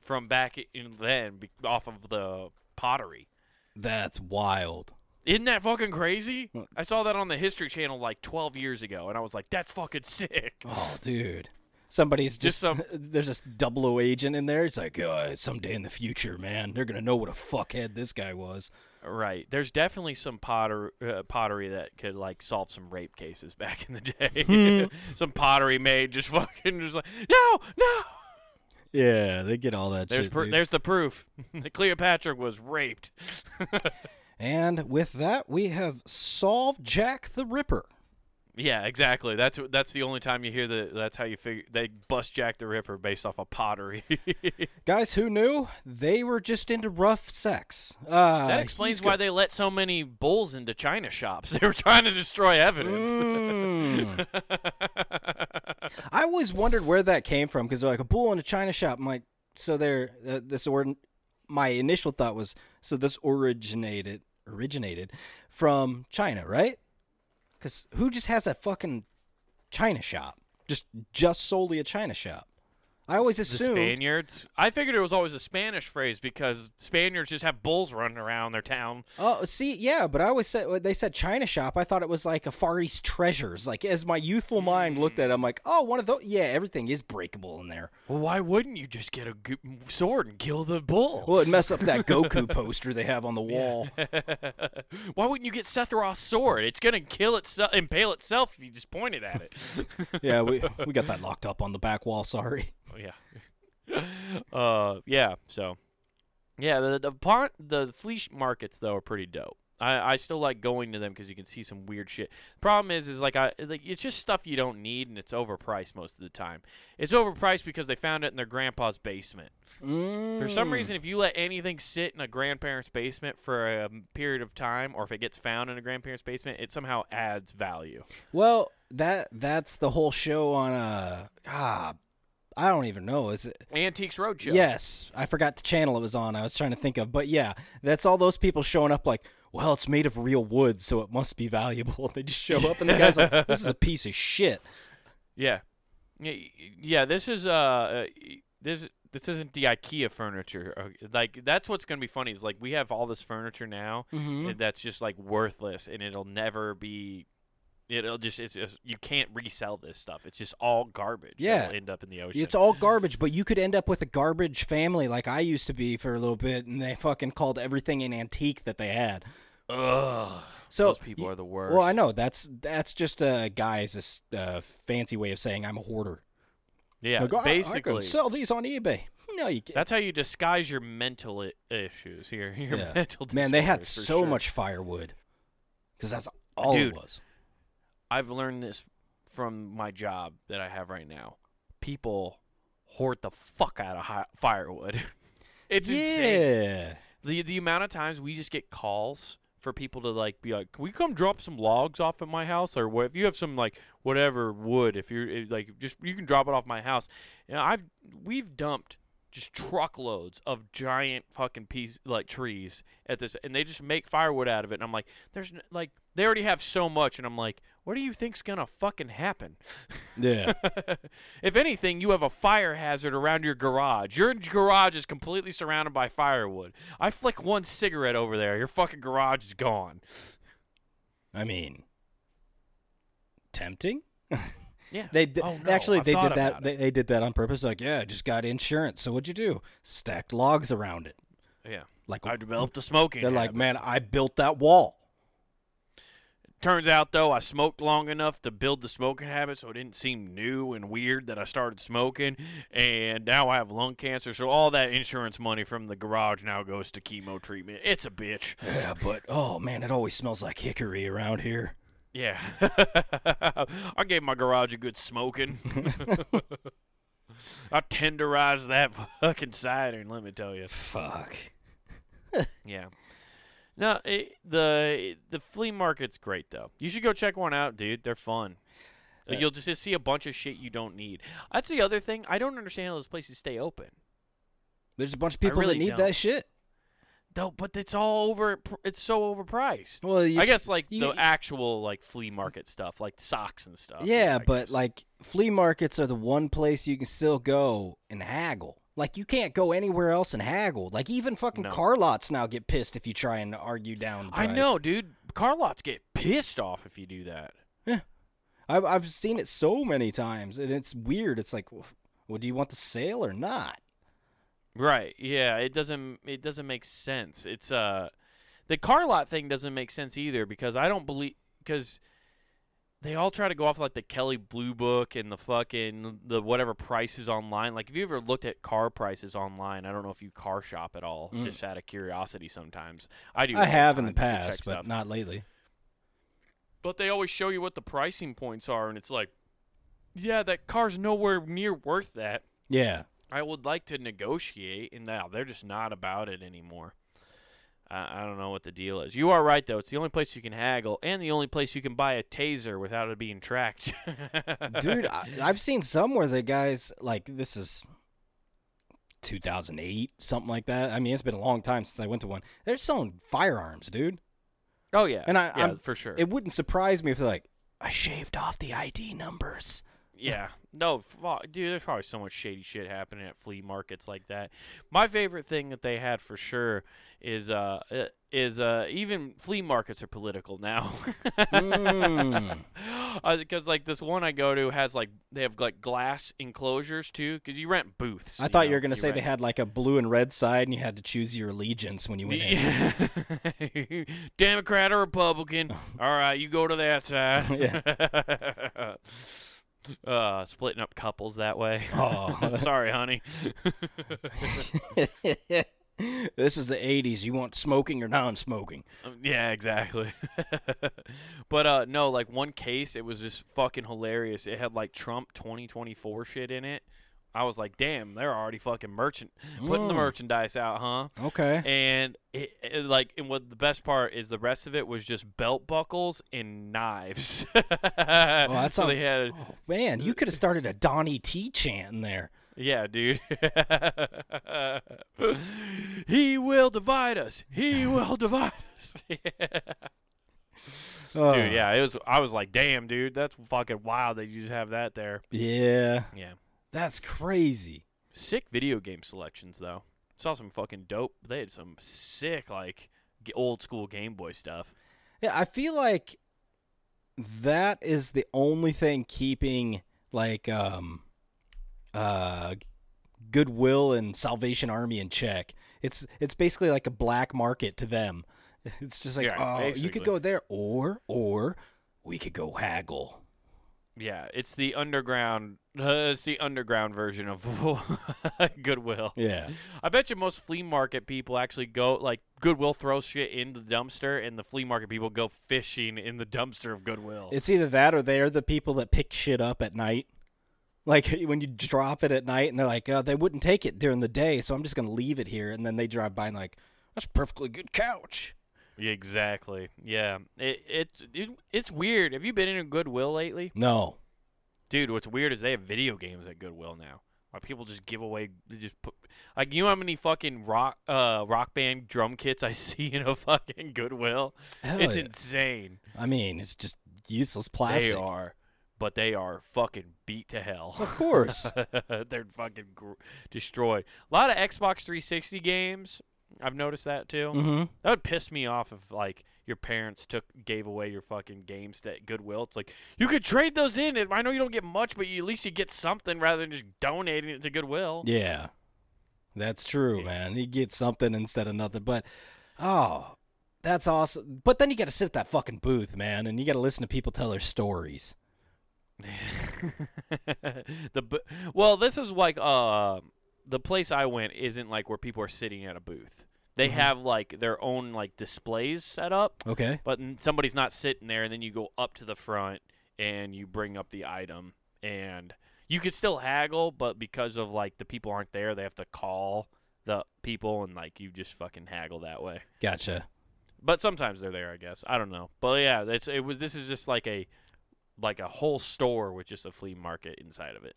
[SPEAKER 2] from back i- in then be- off of the pottery
[SPEAKER 1] That's wild.
[SPEAKER 2] isn't that fucking crazy?
[SPEAKER 1] Well-
[SPEAKER 2] I saw that on the History Channel like 12 years ago, and I was like, that's fucking sick.
[SPEAKER 1] Oh, dude. Somebody's just,
[SPEAKER 2] Just some-
[SPEAKER 1] there's this double O agent in there. It's like, oh, someday in the future, man, they're gonna know what a fuckhead this guy was.
[SPEAKER 2] Right. There's definitely some potter, uh, pottery that could like solve some rape cases back in the day.
[SPEAKER 1] Hmm.
[SPEAKER 2] some pottery made just fucking just like, no, no.
[SPEAKER 1] Yeah, they get all that
[SPEAKER 2] There's
[SPEAKER 1] shit.
[SPEAKER 2] pr-
[SPEAKER 1] dude.
[SPEAKER 2] there's the proof. that Cleopatra was raped.
[SPEAKER 1] And with that, we have solved Jack the Ripper.
[SPEAKER 2] yeah, exactly. That's that's the only time you hear the. That's how you figure they bust Jack the Ripper based off of pottery.
[SPEAKER 1] Guys, who knew they were just into rough sex? Uh,
[SPEAKER 2] That explains why they let so many bulls into China shops. They were trying to destroy evidence.
[SPEAKER 1] hmm. I always wondered where that came from because they're like a bull in a china shop. I'm like, so they're uh, this or my initial thought was so this originated originated from China, right? Because who just has a fucking china shop? Just just solely a china shop. I always
[SPEAKER 2] the
[SPEAKER 1] assumed.
[SPEAKER 2] Spaniards. I figured it was always a Spanish phrase because Spaniards just have bulls running around their town.
[SPEAKER 1] Oh, see, yeah, but I always said when they said China shop. I thought it was like a Far East treasures. Like as my youthful mind looked at, it, I'm like, oh, one of those. Yeah, everything is breakable in there.
[SPEAKER 2] Well, why wouldn't you just get a gu- sword and kill the bull?
[SPEAKER 1] Well, it'd mess up that Goku poster they have on the wall.
[SPEAKER 2] why wouldn't you get Seth Roth's sword? It's gonna kill itself, impale itself if you just point it at it.
[SPEAKER 1] yeah, we we got that locked up on the back wall. Sorry.
[SPEAKER 2] Oh, yeah. uh, yeah. So, yeah, the the pon- the flea sh- markets though are pretty dope. I, I still like going to them because you can see some weird shit. Problem is, is like I like it's just stuff you don't need and it's overpriced most of the time. It's overpriced because they found it in their grandpa's basement.
[SPEAKER 1] Mm.
[SPEAKER 2] For some reason, if you let anything sit in a grandparent's basement for a um, period of time, or if it gets found in a grandparent's basement, it somehow adds value.
[SPEAKER 1] Well, that that's the whole show on uh ah, I don't even know. Is it?
[SPEAKER 2] Antiques Roadshow.
[SPEAKER 1] Yes, I forgot the channel it was on. I was trying to think of, but yeah, that's all those people showing up like. Well, it's made of real wood, so it must be valuable. They just show up, and the guy's like, "This is a piece of shit."
[SPEAKER 2] Yeah, yeah, y- yeah. This is uh, uh, this this isn't the IKEA furniture. uh, Like that's what's gonna be funny is like we have all this furniture now
[SPEAKER 1] Mm-hmm.
[SPEAKER 2] that's just like worthless and it'll never be. It'll just it's just you can't resell this stuff. It's just all garbage.
[SPEAKER 1] Yeah.
[SPEAKER 2] that'll end up in the ocean.
[SPEAKER 1] It's all garbage, but you could end up with a garbage family like I used to be for a little bit, and they fucking called everything an antique that they had.
[SPEAKER 2] Ugh.
[SPEAKER 1] So
[SPEAKER 2] Those people
[SPEAKER 1] y-
[SPEAKER 2] are the worst.
[SPEAKER 1] Well, I know that's that's just a guy's this uh, fancy way of saying I'm a hoarder.
[SPEAKER 2] Yeah,
[SPEAKER 1] Like, "I- I
[SPEAKER 2] basically.
[SPEAKER 1] can sell these on eBay. No, you can't.
[SPEAKER 2] that's how you disguise your mental I- issues here. Your
[SPEAKER 1] Yeah.
[SPEAKER 2] mental
[SPEAKER 1] Man, they had
[SPEAKER 2] disorders, for
[SPEAKER 1] so
[SPEAKER 2] sure.
[SPEAKER 1] much firewood because that's all
[SPEAKER 2] Dude.
[SPEAKER 1] it was.
[SPEAKER 2] I've learned this from my job that I have right now. People hoard the fuck out of hi- firewood. it's
[SPEAKER 1] yeah,
[SPEAKER 2] insane. The the amount of times we just get calls for people to like be like, "Can we come drop some logs off at my house?" Or what if you have some like whatever wood, if you're eh, like just you can drop it off my house. You know, I've we've dumped just truckloads of giant fucking piece like trees at this, and they just make firewood out of it. And I'm like, "There's n- like they already have so much," and I'm like, "What do you think's gonna fucking happen?"
[SPEAKER 1] Yeah.
[SPEAKER 2] if anything, you have a fire hazard around your garage. Your garage is completely surrounded by firewood. I flick one cigarette over there, your fucking garage is gone.
[SPEAKER 1] I mean, tempting.
[SPEAKER 2] Yeah.
[SPEAKER 1] They did,
[SPEAKER 2] Oh, no,
[SPEAKER 1] actually
[SPEAKER 2] I've
[SPEAKER 1] they
[SPEAKER 2] thought
[SPEAKER 1] did that
[SPEAKER 2] about
[SPEAKER 1] they,
[SPEAKER 2] it.
[SPEAKER 1] they did that on purpose. Like, yeah, I just got insurance. So what'd you do? Stacked logs around it.
[SPEAKER 2] yeah.
[SPEAKER 1] Like
[SPEAKER 2] I developed a smoking.
[SPEAKER 1] they're like,
[SPEAKER 2] habit.
[SPEAKER 1] man, I built that wall.
[SPEAKER 2] Turns out though, I smoked long enough to build the smoking habit, so it didn't seem new and weird that I started smoking, and now I have lung cancer. So all that insurance money from the garage now goes to chemo treatment. It's a bitch.
[SPEAKER 1] Yeah, but oh man, it always smells like hickory around here.
[SPEAKER 2] Yeah. I gave my garage a good smoking. I tenderized that fucking cider, let me tell you.
[SPEAKER 1] Fuck.
[SPEAKER 2] Yeah. No, it, the the flea market's great though. You should go check one out, dude. They're fun. Like,
[SPEAKER 1] Yeah.
[SPEAKER 2] You'll just, see a bunch of shit you don't need. That's the other thing. I don't understand how those places stay open.
[SPEAKER 1] There's a bunch of people
[SPEAKER 2] really
[SPEAKER 1] that need
[SPEAKER 2] don't.
[SPEAKER 1] that shit.
[SPEAKER 2] Though, but it's all over. It's so overpriced.
[SPEAKER 1] Well, you
[SPEAKER 2] I
[SPEAKER 1] s-
[SPEAKER 2] guess like
[SPEAKER 1] you-
[SPEAKER 2] the actual like flea market stuff, like socks and stuff.
[SPEAKER 1] yeah,
[SPEAKER 2] I
[SPEAKER 1] but
[SPEAKER 2] guess.
[SPEAKER 1] like flea markets are the one place you can still go and haggle. Like you can't go anywhere else and haggle. Like even fucking
[SPEAKER 2] No.
[SPEAKER 1] car lots now get pissed if you try and argue down. the
[SPEAKER 2] I
[SPEAKER 1] price.
[SPEAKER 2] know, dude. Car lots get pissed off if you do that.
[SPEAKER 1] I've I've seen it so many times, and it's weird. It's like, w- well, do you want the sale or not?
[SPEAKER 2] Right. Yeah, it doesn't it doesn't make sense. It's uh the car lot thing doesn't make sense either because I don't believe because they all try to go off like the Kelly Blue Book and the fucking the whatever prices online. Like, if you ever looked at car prices online, I don't know if you car shop at all,
[SPEAKER 1] Mm.
[SPEAKER 2] just out of curiosity. Sometimes I do. all
[SPEAKER 1] I have in the
[SPEAKER 2] time just to check
[SPEAKER 1] past, but
[SPEAKER 2] stuff.
[SPEAKER 1] not lately.
[SPEAKER 2] But they always show you what the pricing points are, and it's like, yeah, that car's nowhere near worth that.
[SPEAKER 1] Yeah,
[SPEAKER 2] I would like to negotiate, and now they're just not about it anymore. I, I don't know what the deal is. You are right, though. It's the only place you can haggle, and the only place you can buy a taser without it being tracked.
[SPEAKER 1] dude, I, I've seen some where the guys like this is 2008, something like that. I mean, it's been a long time since I went to one. They're selling firearms, dude.
[SPEAKER 2] oh yeah,
[SPEAKER 1] and I-
[SPEAKER 2] yeah,
[SPEAKER 1] I'm-
[SPEAKER 2] for sure.
[SPEAKER 1] It wouldn't surprise me if they're like, I shaved off the ID numbers.
[SPEAKER 2] Yeah. No, fu- dude, there's probably so much shady shit happening at flea markets like that. My favorite thing that they had for sure is uh uh, is uh even flea markets are political now.
[SPEAKER 1] Mm.
[SPEAKER 2] Because like this one I go to has like they have like glass enclosures too. Because you rent booths.
[SPEAKER 1] I thought you
[SPEAKER 2] know,
[SPEAKER 1] were gonna say
[SPEAKER 2] rent-
[SPEAKER 1] they had like a blue and red side, and you had to choose your allegiance when you went in.
[SPEAKER 2] Yeah. Democrat or Republican. All right, you go to that side. uh, splitting up couples that way.
[SPEAKER 1] Oh.
[SPEAKER 2] Sorry, honey. Um,
[SPEAKER 1] this is the 80s. You want smoking or non smoking?
[SPEAKER 2] Um, Yeah, exactly. but uh no, like one case it was just fucking hilarious. It had like Trump 2024 shit in it. I was like, "Damn, they're already fucking merchant putting the
[SPEAKER 1] Mm.
[SPEAKER 2] merchandise out, huh?"
[SPEAKER 1] Okay.
[SPEAKER 2] And it, it, like and what the best part is the rest of it was just belt buckles and knives. oh,
[SPEAKER 1] that
[SPEAKER 2] so
[SPEAKER 1] sounds-
[SPEAKER 2] they had
[SPEAKER 1] Oh, man, you could have started a Donnie T chant in there.
[SPEAKER 2] yeah, dude. he will divide us. He will divide us.
[SPEAKER 1] Oh,
[SPEAKER 2] dude. Yeah, it was. I was like, damn, dude, that's fucking wild that you just have that there.
[SPEAKER 1] Oh, Yeah.
[SPEAKER 2] Yeah.
[SPEAKER 1] That's crazy.
[SPEAKER 2] Sick video game selections though. Saw some fucking dope. They had some sick like g- old school Game Boy stuff.
[SPEAKER 1] Yeah, I feel like that is the only thing keeping like um uh goodwill and salvation army in check it's it's basically like a black market to them it's just like
[SPEAKER 2] Yeah,
[SPEAKER 1] oh you could
[SPEAKER 2] basically.
[SPEAKER 1] go there or or we could go haggle
[SPEAKER 2] Yeah, it's the underground. Uh, it's the underground version of Goodwill.
[SPEAKER 1] yeah
[SPEAKER 2] I bet you most flea market people actually go like Goodwill throws shit in the dumpster, and the flea market people go fishing in the dumpster of Goodwill.
[SPEAKER 1] It's either that or they're the people that pick shit up at night. Like when you drop it at night and they're like, oh, they wouldn't take it during the day, so I'm just going to leave it here. And then they drive by and like, that's a perfectly good couch.
[SPEAKER 2] Yeah, Exactly. Yeah. It, it's it, it's weird. Have you been in a Goodwill lately,
[SPEAKER 1] No.
[SPEAKER 2] dude? What's weird is they have video games at Goodwill now. Like people just give away, they just put like you know how many fucking rock uh rock band drum kits I see in a fucking Goodwill.
[SPEAKER 1] Hell
[SPEAKER 2] it's
[SPEAKER 1] yeah.
[SPEAKER 2] insane.
[SPEAKER 1] I mean, it's just useless plastic.
[SPEAKER 2] They are, but they are fucking beat to hell.
[SPEAKER 1] Of course.
[SPEAKER 2] They're fucking gr- destroyed. A lot of Xbox 360 games. I've noticed that too.
[SPEAKER 1] mm-hmm.
[SPEAKER 2] That would piss me off if like your parents took gave away your fucking games at Goodwill. It's like you could trade those in. and I know you don't get much, but you, at least you get something rather than just donating it to Goodwill.
[SPEAKER 1] Yeah. That's true,
[SPEAKER 2] Yeah.
[SPEAKER 1] man. You get something instead of nothing. But oh, that's awesome. But then you got to sit at that fucking booth, man, and you got to listen to people tell their stories.
[SPEAKER 2] the bo- well, this is like uh the place I went isn't like where people are sitting at a booth. They
[SPEAKER 1] Mhm.
[SPEAKER 2] have like their own like displays set up,
[SPEAKER 1] Okay.
[SPEAKER 2] but n- somebody's not sitting there. And then you go up to the front and you bring up the item, and you could still haggle, but because of like the people aren't there, they have to call the people, and like you just fucking haggle that way.
[SPEAKER 1] Gotcha.
[SPEAKER 2] But sometimes they're there, I guess. I don't know. But yeah, it's it was this is just like a like a whole store with just a flea market inside of it.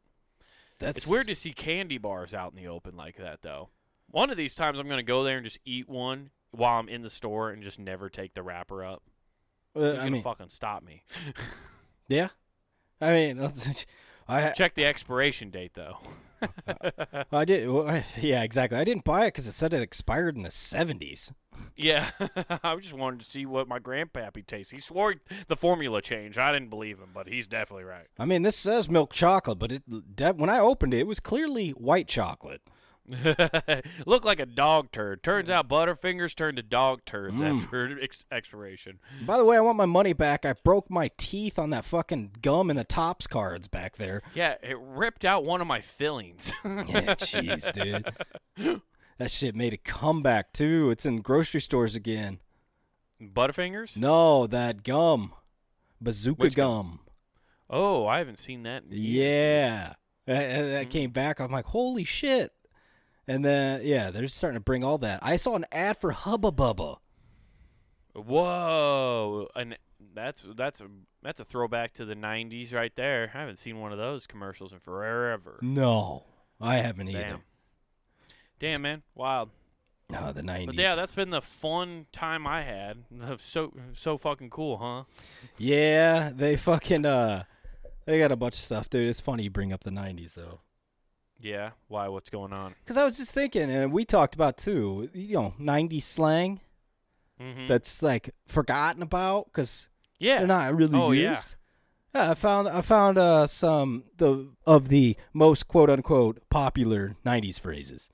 [SPEAKER 1] That's
[SPEAKER 2] It's weird to see candy bars out in the open like that though. One of these times I'm going to go there and just eat one while I'm in the store and just never take the wrapper up.
[SPEAKER 1] Uh,
[SPEAKER 2] Who's
[SPEAKER 1] I
[SPEAKER 2] going to
[SPEAKER 1] mean,
[SPEAKER 2] fucking stop me?
[SPEAKER 1] yeah. I mean, that's- I
[SPEAKER 2] Check the expiration date though.
[SPEAKER 1] I did. well, I- Yeah, exactly. I didn't buy it because it said it expired in the seventies.
[SPEAKER 2] yeah. I just wanted to see what my grandpappy tastes. He swore the formula changed. I didn't believe him, but he's definitely right.
[SPEAKER 1] I mean, this says milk chocolate, but it de- when I opened it, it was clearly white chocolate.
[SPEAKER 2] Look like a dog turd. Turns
[SPEAKER 1] Mm.
[SPEAKER 2] out Butterfingers turned to dog turds after ex- expiration.
[SPEAKER 1] By the way, I want my money back. I broke my teeth on that fucking gum in the tops cards back there.
[SPEAKER 2] Yeah, it ripped out one of my fillings.
[SPEAKER 1] Yeah, jeez, dude. That shit made a comeback too. It's in grocery stores again.
[SPEAKER 2] Butterfingers?
[SPEAKER 1] No, that gum, bazooka
[SPEAKER 2] Which
[SPEAKER 1] gum.
[SPEAKER 2] Oh, I haven't seen that. in years.
[SPEAKER 1] Yeah, that, that-
[SPEAKER 2] Mm-hmm.
[SPEAKER 1] that came back. I'm like, holy shit! And then yeah, they're starting to bring all that. I saw an ad for Hubba Bubba.
[SPEAKER 2] Whoa, and that's that's a that's a throwback to the '90s right there. I haven't seen one of those commercials in forever.
[SPEAKER 1] No, I haven't either.
[SPEAKER 2] Damn. Damn, man, wild.
[SPEAKER 1] No, the
[SPEAKER 2] But
[SPEAKER 1] '90s.
[SPEAKER 2] yeah, that's been the fun time I had. So so fucking cool, huh?
[SPEAKER 1] yeah, they fucking uh, they got a bunch of stuff, dude. It's funny you bring up the '90s though.
[SPEAKER 2] Yeah. Why? What's going on?
[SPEAKER 1] Because I was just thinking, and we talked about too, you know, 90s slang
[SPEAKER 2] Mm-hmm.
[SPEAKER 1] that's like forgotten about because
[SPEAKER 2] yeah.
[SPEAKER 1] they're not really
[SPEAKER 2] Oh, yeah.
[SPEAKER 1] used. Yeah. I found I found uh, some the of the most quote unquote popular 90s phrases.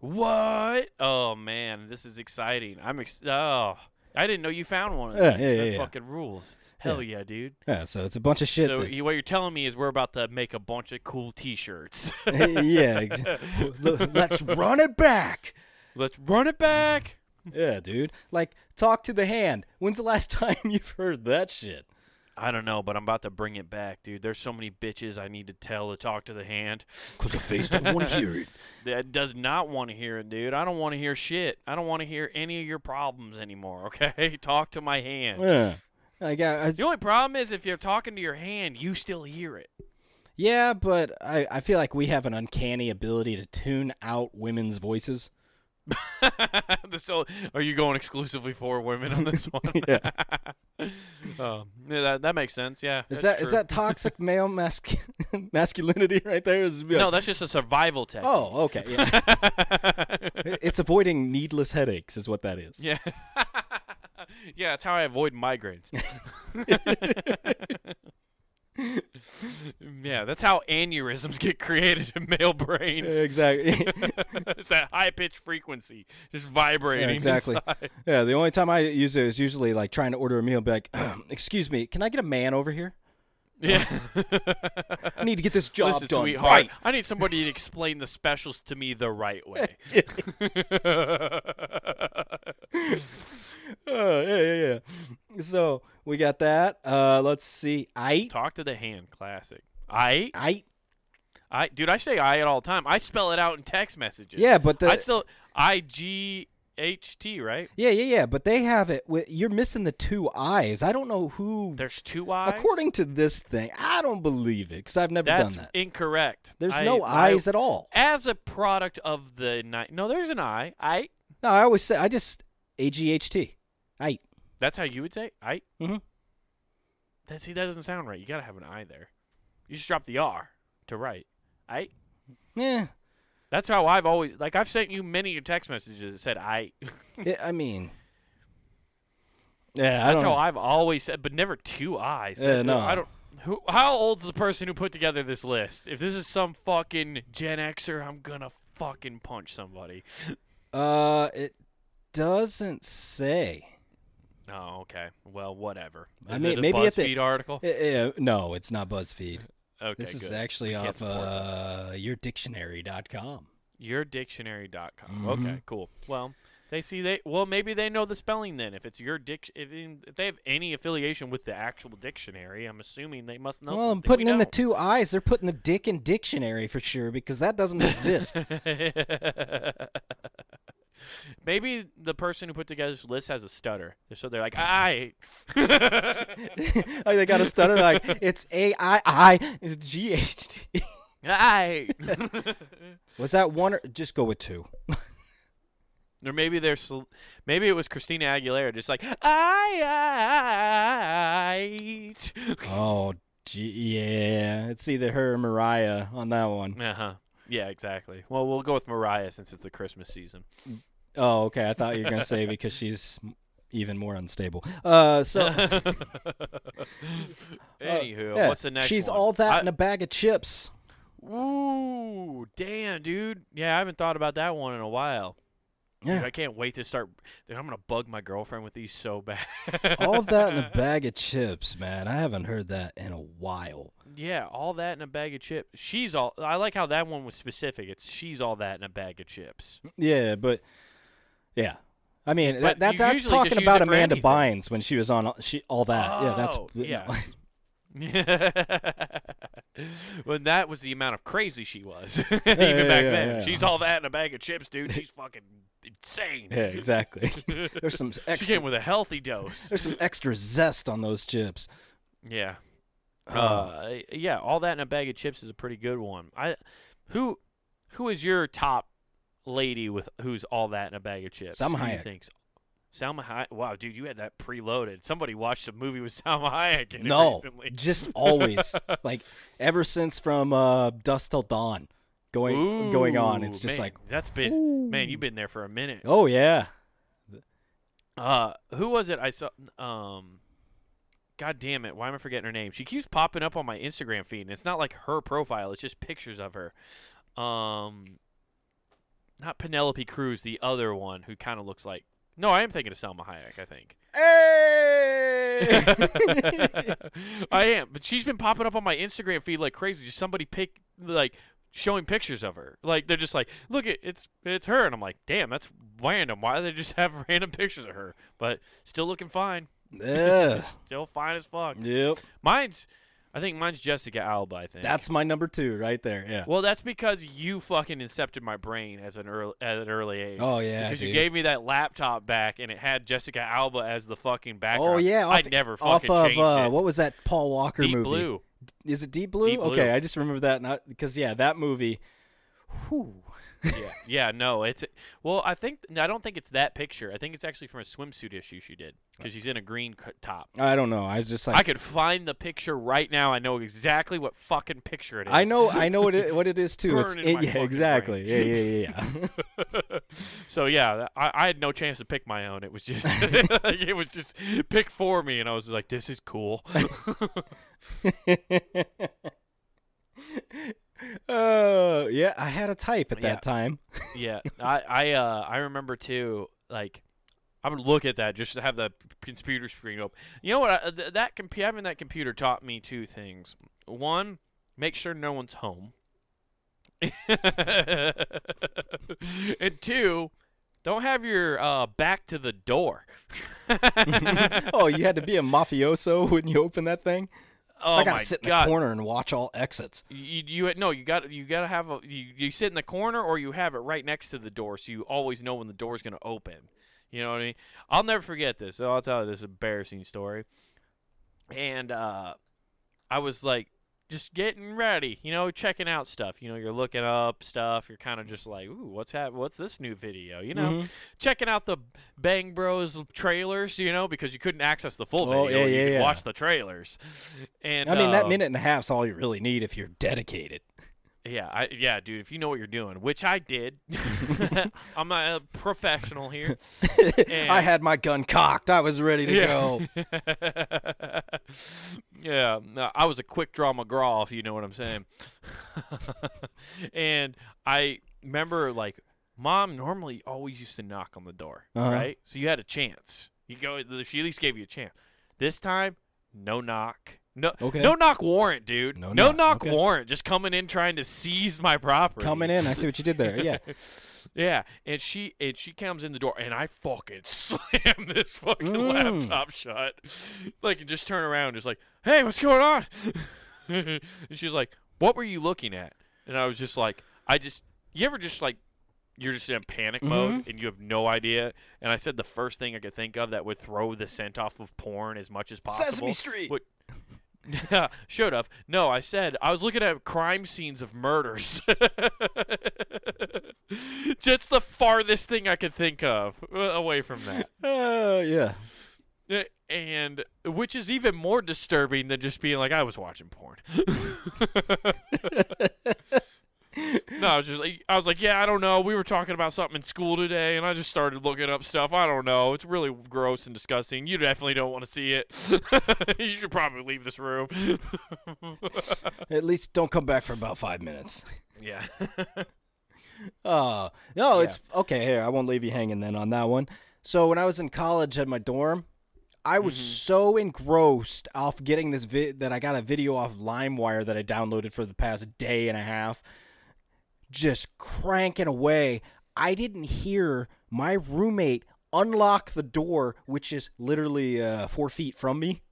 [SPEAKER 2] What? Oh man, this is exciting. I'm ex- oh, I didn't know you found one of
[SPEAKER 1] Yeah,
[SPEAKER 2] these.
[SPEAKER 1] yeah,
[SPEAKER 2] that
[SPEAKER 1] yeah, yeah.
[SPEAKER 2] fucking rules. Hell yeah, dude.
[SPEAKER 1] Yeah, so it's a bunch of shit.
[SPEAKER 2] so
[SPEAKER 1] that-
[SPEAKER 2] you, what you're telling me is we're about to make a bunch of cool T-shirts.
[SPEAKER 1] yeah, ex- l- let's run it back.
[SPEAKER 2] Let's run it back.
[SPEAKER 1] Yeah, dude. Like talk to the hand. When's the last time you've heard that shit?
[SPEAKER 2] I don't know, but I'm about to bring it back, dude. There's so many bitches I need to tell to talk to the hand.
[SPEAKER 1] Cause the face don't want to hear it.
[SPEAKER 2] That does not want to hear it, dude. I don't want to hear shit. I don't want to hear any of your problems anymore. Okay, talk to my hand.
[SPEAKER 1] Yeah, like I, I,
[SPEAKER 2] The only problem is if you're talking to your hand, you still hear it.
[SPEAKER 1] Yeah, but I, I feel like we have an uncanny ability to tune out women's voices.
[SPEAKER 2] so are you going exclusively for women on this one?
[SPEAKER 1] Yeah.
[SPEAKER 2] um, yeah, that that makes sense. Yeah.
[SPEAKER 1] Is that
[SPEAKER 2] that's
[SPEAKER 1] is
[SPEAKER 2] true.
[SPEAKER 1] that toxic male mascu- masculinity right there? Is it be
[SPEAKER 2] no?
[SPEAKER 1] like-
[SPEAKER 2] That's just a survival technique.
[SPEAKER 1] oh, okay. Yeah. It- it's avoiding needless headaches, is what that is.
[SPEAKER 2] yeah. yeah, that's how I avoid migraines. yeah, that's how aneurysms get created in male brains.
[SPEAKER 1] Exactly.
[SPEAKER 2] it's that high pitched frequency just vibrating.
[SPEAKER 1] exactly.
[SPEAKER 2] inside.
[SPEAKER 1] yeah. The only time I use it is usually like trying to order a meal, and be like, "Excuse me, can I get a man over here?
[SPEAKER 2] Yeah.
[SPEAKER 1] I need to get this job
[SPEAKER 2] Listen,
[SPEAKER 1] done
[SPEAKER 2] sweetheart,
[SPEAKER 1] right."
[SPEAKER 2] I need somebody to explain the specials to me the right way.
[SPEAKER 1] Uh, yeah, yeah, yeah. So we got that. Uh, let's see. I
[SPEAKER 2] Talk to the hand, classic. I,
[SPEAKER 1] I
[SPEAKER 2] I, dude, I say I at all the time. I spell it out in text messages.
[SPEAKER 1] yeah, but the
[SPEAKER 2] I still I G HT, right?
[SPEAKER 1] Yeah, yeah, yeah. But they have it. With, you're missing the two eyes. I don't know who.
[SPEAKER 2] There's two eyes.
[SPEAKER 1] according to this thing, I don't believe it because I've never
[SPEAKER 2] That's
[SPEAKER 1] done that.
[SPEAKER 2] incorrect.
[SPEAKER 1] There's
[SPEAKER 2] I-
[SPEAKER 1] no
[SPEAKER 2] I-
[SPEAKER 1] eyes at all.
[SPEAKER 2] As a product of the night. No, there's an eye. I.
[SPEAKER 1] No, I always say I just A G H T. I.
[SPEAKER 2] That's how you would say I.
[SPEAKER 1] Mhm.
[SPEAKER 2] That see, that doesn't sound right. You gotta have an I there. You just drop the R to right. I.
[SPEAKER 1] Yeah.
[SPEAKER 2] That's how I've always like. I've sent you many text messages that said I.
[SPEAKER 1] Yeah, I mean. Yeah, I
[SPEAKER 2] That's
[SPEAKER 1] don't.
[SPEAKER 2] how I've always said, but never two eyes.
[SPEAKER 1] Um, Yeah, no.
[SPEAKER 2] I don't. Who? How old's the person who put together this list? If this is some fucking Gen Xer, I'm gonna fucking punch somebody.
[SPEAKER 1] Uh, it doesn't say.
[SPEAKER 2] Oh, okay. Well, whatever.
[SPEAKER 1] I
[SPEAKER 2] Is
[SPEAKER 1] mean,
[SPEAKER 2] it a
[SPEAKER 1] maybe
[SPEAKER 2] BuzzFeed
[SPEAKER 1] if they-
[SPEAKER 2] article.
[SPEAKER 1] Eh, eh, no, it's not BuzzFeed.
[SPEAKER 2] Okay,
[SPEAKER 1] this is
[SPEAKER 2] good.
[SPEAKER 1] actually
[SPEAKER 2] I can't
[SPEAKER 1] off
[SPEAKER 2] support
[SPEAKER 1] uh, yourdictionary.com.
[SPEAKER 2] Yourdictionary.com. Okay,
[SPEAKER 1] Mhm.
[SPEAKER 2] cool. Well, they see they well maybe they know the spelling then. If it's your dic, if, in- if they have any affiliation with the actual dictionary, I'm assuming they must know.
[SPEAKER 1] well, I'm
[SPEAKER 2] something we
[SPEAKER 1] putting in the
[SPEAKER 2] don't.
[SPEAKER 1] two eyes. They're putting the dick in dictionary for sure because that doesn't exist.
[SPEAKER 2] Maybe the person who put together this list has a stutter, so they're like, "I." I
[SPEAKER 1] like they got a stutter. they're Like it's A I I G H T. Was that one? Or, just go with two.
[SPEAKER 2] or maybe there's sl- maybe it was Christina Aguilera, just like I.
[SPEAKER 1] Oh, gee, yeah. It's either her or Mariah on that one.
[SPEAKER 2] Uh huh. Yeah, exactly. Well, we'll go with Mariah since it's the Christmas season.
[SPEAKER 1] Oh, okay. I thought you were gonna say because she's even more unstable. Uh, so.
[SPEAKER 2] Anywho,
[SPEAKER 1] Yeah,
[SPEAKER 2] what's the next?
[SPEAKER 1] She's
[SPEAKER 2] one?
[SPEAKER 1] all that
[SPEAKER 2] I-
[SPEAKER 1] in a bag of chips.
[SPEAKER 2] Ooh, damn, dude. Yeah, I haven't thought about that one in a while. Dude,
[SPEAKER 1] Yeah.
[SPEAKER 2] I can't wait to start. Dude, I'm gonna bug my girlfriend with these so bad.
[SPEAKER 1] all that in a bag of chips, man. I haven't heard that in a while.
[SPEAKER 2] yeah, all that in a bag of chips. She's all. I like how that one was specific. It's she's all that in a bag of chips.
[SPEAKER 1] Yeah, but yeah. I mean, that,
[SPEAKER 2] But
[SPEAKER 1] that
[SPEAKER 2] you
[SPEAKER 1] that's
[SPEAKER 2] usually just
[SPEAKER 1] talking
[SPEAKER 2] use
[SPEAKER 1] about
[SPEAKER 2] it for
[SPEAKER 1] Amanda
[SPEAKER 2] anything.
[SPEAKER 1] Bynes when she was on all- she all that. yeah, that's
[SPEAKER 2] Oh, yeah. when that was the amount of crazy she was, even back
[SPEAKER 1] yeah, yeah,
[SPEAKER 2] then.
[SPEAKER 1] yeah.
[SPEAKER 2] She's all that in a bag of chips, dude. She's fucking insane.
[SPEAKER 1] yeah, exactly. there's some
[SPEAKER 2] She
[SPEAKER 1] extra
[SPEAKER 2] came with a healthy dose.
[SPEAKER 1] there's some extra zest on those chips.
[SPEAKER 2] Yeah.
[SPEAKER 1] Oh.
[SPEAKER 2] Uh, yeah, all that in a bag of chips is a pretty good one. I, who, who is your top lady with who's all that in a bag of chips?
[SPEAKER 1] Salma
[SPEAKER 2] Who do you
[SPEAKER 1] Hayek.
[SPEAKER 2] think's- Salma Hayek. Wow, dude, you had that preloaded. Somebody watched a movie with Salma Hayek in it
[SPEAKER 1] no,
[SPEAKER 2] recently.
[SPEAKER 1] just always like ever since from uh, Dust Till Dawn going going on. It's
[SPEAKER 2] Ooh,
[SPEAKER 1] just
[SPEAKER 2] man,
[SPEAKER 1] like,
[SPEAKER 2] that's been man, you've been there for a minute.
[SPEAKER 1] oh yeah,
[SPEAKER 2] Uh, who was it? I saw. Um, God damn it! Why am I forgetting her name? She keeps popping up on my Instagram feed, and it's not like her profile; it's just pictures of her. Um, not Penelope Cruz, the other one who kind of looks like. No, I am thinking of Selma Hayek. I think
[SPEAKER 1] Hey!
[SPEAKER 2] I am, but she's been popping up on my Instagram feed like crazy. Just somebody pick like showing pictures of her. Like they're just like, look, it, it's it's her, and I'm like, damn, that's random. Why do they just have random pictures of her? But still looking fine.
[SPEAKER 1] Ugh.
[SPEAKER 2] Still fine as fuck.
[SPEAKER 1] Yep.
[SPEAKER 2] Mine's, I think mine's Jessica Alba. I think
[SPEAKER 1] That's my number two right there. Yeah.
[SPEAKER 2] well, that's because you fucking incepted my brain as an early at an early age.
[SPEAKER 1] Oh yeah.
[SPEAKER 2] because
[SPEAKER 1] dude.
[SPEAKER 2] you gave me that laptop back, and it had Jessica Alba as the fucking background.
[SPEAKER 1] Oh yeah.
[SPEAKER 2] I
[SPEAKER 1] off-
[SPEAKER 2] never
[SPEAKER 1] off
[SPEAKER 2] fucking
[SPEAKER 1] of
[SPEAKER 2] changed
[SPEAKER 1] uh,
[SPEAKER 2] it.
[SPEAKER 1] what was that Paul Walker
[SPEAKER 2] Deep
[SPEAKER 1] movie?
[SPEAKER 2] blue.
[SPEAKER 1] Is it Deep Blue?
[SPEAKER 2] Deep Blue.
[SPEAKER 1] Okay, I just remember that because yeah, that movie. Whew.
[SPEAKER 2] yeah, yeah, no, it's well. I think no, I don't think it's that picture. I think it's actually from a swimsuit issue she did because she's in a green co- top.
[SPEAKER 1] I don't know. I was just
[SPEAKER 2] I
[SPEAKER 1] like,
[SPEAKER 2] could find the picture right now. I know exactly what fucking picture it is.
[SPEAKER 1] I, know, I know what it, what it is too. It's
[SPEAKER 2] Burn in my
[SPEAKER 1] yeah,
[SPEAKER 2] fucking
[SPEAKER 1] exactly. Yeah, yeah, yeah. yeah.
[SPEAKER 2] so yeah, tha- I, I had no chance to pick my own. It was just it was just pick for me, and I was like, this is cool.
[SPEAKER 1] Oh yeah, I had a type at that
[SPEAKER 2] Yeah.
[SPEAKER 1] time.
[SPEAKER 2] yeah, I I uh, I remember too. Like, I would look at that just to have the p- computer screen open. You know what? I, th- that compu- having that computer taught me two things. One, make sure no one's home. and two, don't have your uh, back to the door.
[SPEAKER 1] oh, you had to be a mafioso when you opened that thing.
[SPEAKER 2] Oh
[SPEAKER 1] I gotta
[SPEAKER 2] my
[SPEAKER 1] sit in
[SPEAKER 2] god!
[SPEAKER 1] the corner and watch all exits.
[SPEAKER 2] You, you no, you got you got to have a you, you sit in the corner or you have it right next to the door, so you always know when the door's gonna open. You know what I mean? I'll never forget this. I'll tell you this embarrassing story. And uh, I was like just getting ready, you know, checking out stuff. You know, you're looking up stuff. You're kind of just like, ooh, what's hap- What's this new video? You know,
[SPEAKER 1] Mhm.
[SPEAKER 2] checking out the Bang Bros trailers. You know, because you couldn't access the full
[SPEAKER 1] Oh,
[SPEAKER 2] video.
[SPEAKER 1] yeah,
[SPEAKER 2] you
[SPEAKER 1] yeah,
[SPEAKER 2] could
[SPEAKER 1] yeah.
[SPEAKER 2] watch the trailers. And
[SPEAKER 1] I mean, that
[SPEAKER 2] um,
[SPEAKER 1] minute and a half's all you really need if you're dedicated.
[SPEAKER 2] yeah, I, yeah, dude. If you know what you're doing, which I did, I'm a professional here. And-
[SPEAKER 1] I had my gun cocked. I was ready to go.
[SPEAKER 2] yeah, no, I was a quick draw McGraw, if you know what I'm saying. and I remember, like, mom normally always used to knock on the door,
[SPEAKER 1] Uh-huh.
[SPEAKER 2] right? So you had a chance. You go, she at least gave you a chance. This time, no knock. No,
[SPEAKER 1] Okay.
[SPEAKER 2] no knock warrant, dude.
[SPEAKER 1] No
[SPEAKER 2] no
[SPEAKER 1] knock,
[SPEAKER 2] knock
[SPEAKER 1] okay.
[SPEAKER 2] warrant. Just coming in trying to seize my property.
[SPEAKER 1] Coming in, I see what you did there. Yeah.
[SPEAKER 2] Yeah, and she and she comes in the door, and I fucking slam this fucking
[SPEAKER 1] Mm.
[SPEAKER 2] laptop shut, like and just turn around, just like, hey, what's going on? and she's like, what were you looking at? And I was just like, I just, you ever just like, you're just in panic
[SPEAKER 1] Mm-hmm.
[SPEAKER 2] mode and you have no idea. And I said the first thing I could think of that would throw the scent off of porn as much as possible.
[SPEAKER 1] Sesame Street.
[SPEAKER 2] What- Showed up. No, I said I was looking at crime scenes of murders. Just the farthest thing I could think of uh, away from that.
[SPEAKER 1] Uh, yeah.
[SPEAKER 2] Uh, And which is even more disturbing than just being like I was watching porn. no, I was just like I was like, yeah, I don't know. We were talking about something in school today, and I just started looking up stuff. I don't know. It's really gross and disgusting. You definitely don't want to see it. you should probably leave this room.
[SPEAKER 1] At least don't come back for about five minutes.
[SPEAKER 2] yeah.
[SPEAKER 1] Uh, no,
[SPEAKER 2] Yeah.
[SPEAKER 1] it's okay. Here, I won't leave you hanging then on that one. So when I was in college at my dorm, I was so engrossed off getting this vid that I got a video off LimeWire that I downloaded for the past day and a half, just cranking away. I didn't hear my roommate unlock the door, which is literally uh, four feet from me.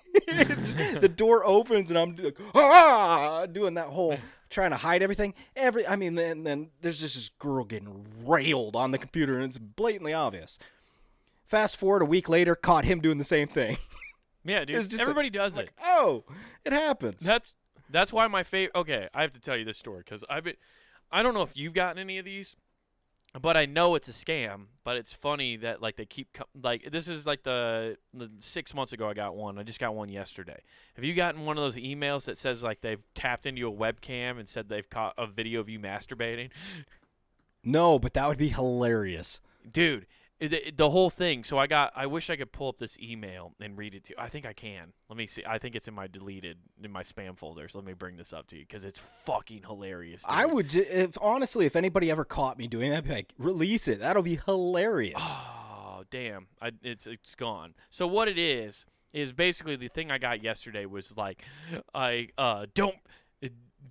[SPEAKER 1] the door opens and I'm like, ah, doing that whole trying to hide everything. Every, I mean, then then there's just this girl getting railed on the computer, and it's blatantly obvious. Fast forward a week later, caught him doing the same thing.
[SPEAKER 2] Yeah,
[SPEAKER 1] It's
[SPEAKER 2] dude.
[SPEAKER 1] just a-
[SPEAKER 2] Everybody does it.
[SPEAKER 1] oh, it happens.
[SPEAKER 2] That's that's why my favorite. Okay, I have to tell you this story because I've been. I don't know if you've gotten any of these, but I know it's a scam. But it's funny that like they keep co- like this is like the, the six months ago I got one. I just got one yesterday. Have you gotten one of those emails that says like they've tapped into a webcam and said they've caught a video of you masturbating?
[SPEAKER 1] no, but that would be hilarious.
[SPEAKER 2] dude the, the whole thing so i got i wish i could pull up this email and read it to you i think i can let me see i think it's in my deleted in my spam folders let me bring this up to you because it's fucking hilarious
[SPEAKER 1] I
[SPEAKER 2] dude.
[SPEAKER 1] would, ju- if honestly, if anybody ever caught me doing that, I'd be like, release it. That'll be hilarious.
[SPEAKER 2] oh damn I, it's it's gone so what it is is basically the thing i got yesterday was like i uh don't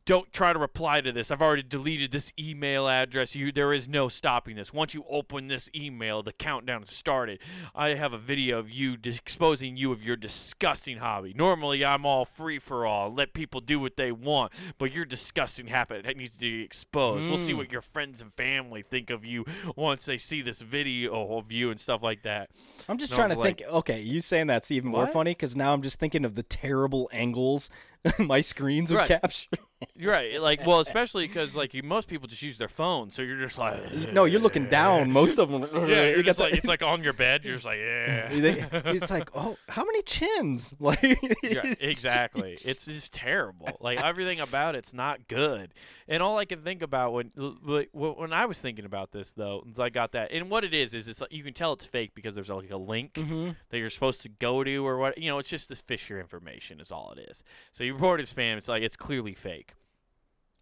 [SPEAKER 2] don't try to reply to this. I've already deleted this email address. You there is no stopping this. Once you open this email, the countdown has started. I have a video of you dis- exposing you of your disgusting hobby. Normally, I'm all free for all, let people do what they want, but your disgusting habit that needs to be exposed. We'll
[SPEAKER 1] Mm.
[SPEAKER 2] see what your friends and family think of you once they see this video of you and stuff like that.
[SPEAKER 1] I'm just
[SPEAKER 2] And I
[SPEAKER 1] trying to
[SPEAKER 2] was like-
[SPEAKER 1] think. Okay, you saying that's even more
[SPEAKER 2] What?
[SPEAKER 1] funny because now I'm just thinking of the terrible angles my screens would
[SPEAKER 2] Right.
[SPEAKER 1] capture.
[SPEAKER 2] You're right. Like, well, especially because like you, most people just use their phone, so you're just like,
[SPEAKER 1] No, you're looking down. Most of them.
[SPEAKER 2] Yeah,
[SPEAKER 1] You
[SPEAKER 2] you're
[SPEAKER 1] got
[SPEAKER 2] just
[SPEAKER 1] the-
[SPEAKER 2] like it's like on your bed. You're just like, yeah,
[SPEAKER 1] You think- it's like, oh, how many chins? Like,
[SPEAKER 2] Yeah, exactly. It's just terrible. Like everything about it's not good. And all I can think about when l- like, wh- when I was thinking about this though, is I got that. And what it is is it's like, you can tell it's fake because there's like a link
[SPEAKER 1] Mm-hmm.
[SPEAKER 2] that you're supposed to go to or what. You know, it's just this Fisher information is all it is. So you reported spam. It's like it's clearly fake.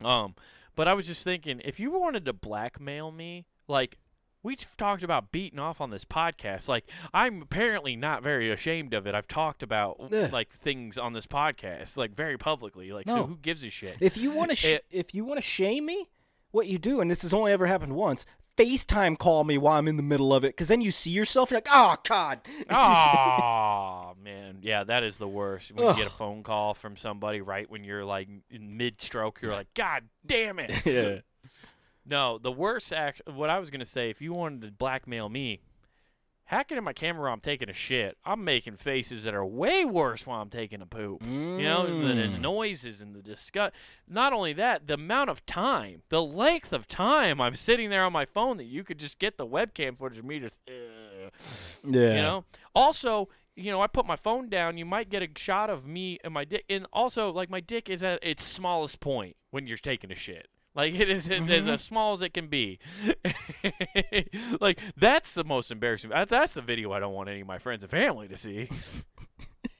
[SPEAKER 2] Um, but I was just thinking, if you wanted to blackmail me, like we've talked about beating off on this podcast, like I'm apparently not very ashamed of it. I've talked about
[SPEAKER 1] Yeah.
[SPEAKER 2] like things on this podcast, like very publicly. Like,
[SPEAKER 1] No.
[SPEAKER 2] so who gives a shit?
[SPEAKER 1] If you want to, sh-
[SPEAKER 2] It-
[SPEAKER 1] if you want to shame me, what you do, and this has only ever happened once. FaceTime call me while I'm in the middle of it because then you see yourself. You're like, oh God.
[SPEAKER 2] Ah. Oh man, yeah, that is the worst. When you get a phone call from somebody right when you're like in mid-stroke, you're like, God damn it!
[SPEAKER 1] Yeah.
[SPEAKER 2] No, the worst act. What I was gonna say, if you wanted to blackmail me, hacking in my camera while I'm taking a shit, I'm making faces that are way worse while I'm taking a poop. You know, the, the
[SPEAKER 1] Mm.
[SPEAKER 2] noises and the disgust. Not only that, the amount of time, the length of time I'm sitting there on my phone that you could just get the webcam footage of me just. uh,
[SPEAKER 1] Yeah.
[SPEAKER 2] you know. Also, you know, I put my phone down. You might get a shot of me and my dick. And also, like my dick is at its smallest point when you're taking a shit. Like it is it
[SPEAKER 1] Mm-hmm.
[SPEAKER 2] is as small as it can be. like that's the most embarrassing. That's, that's the video I don't want any of my friends and family to see.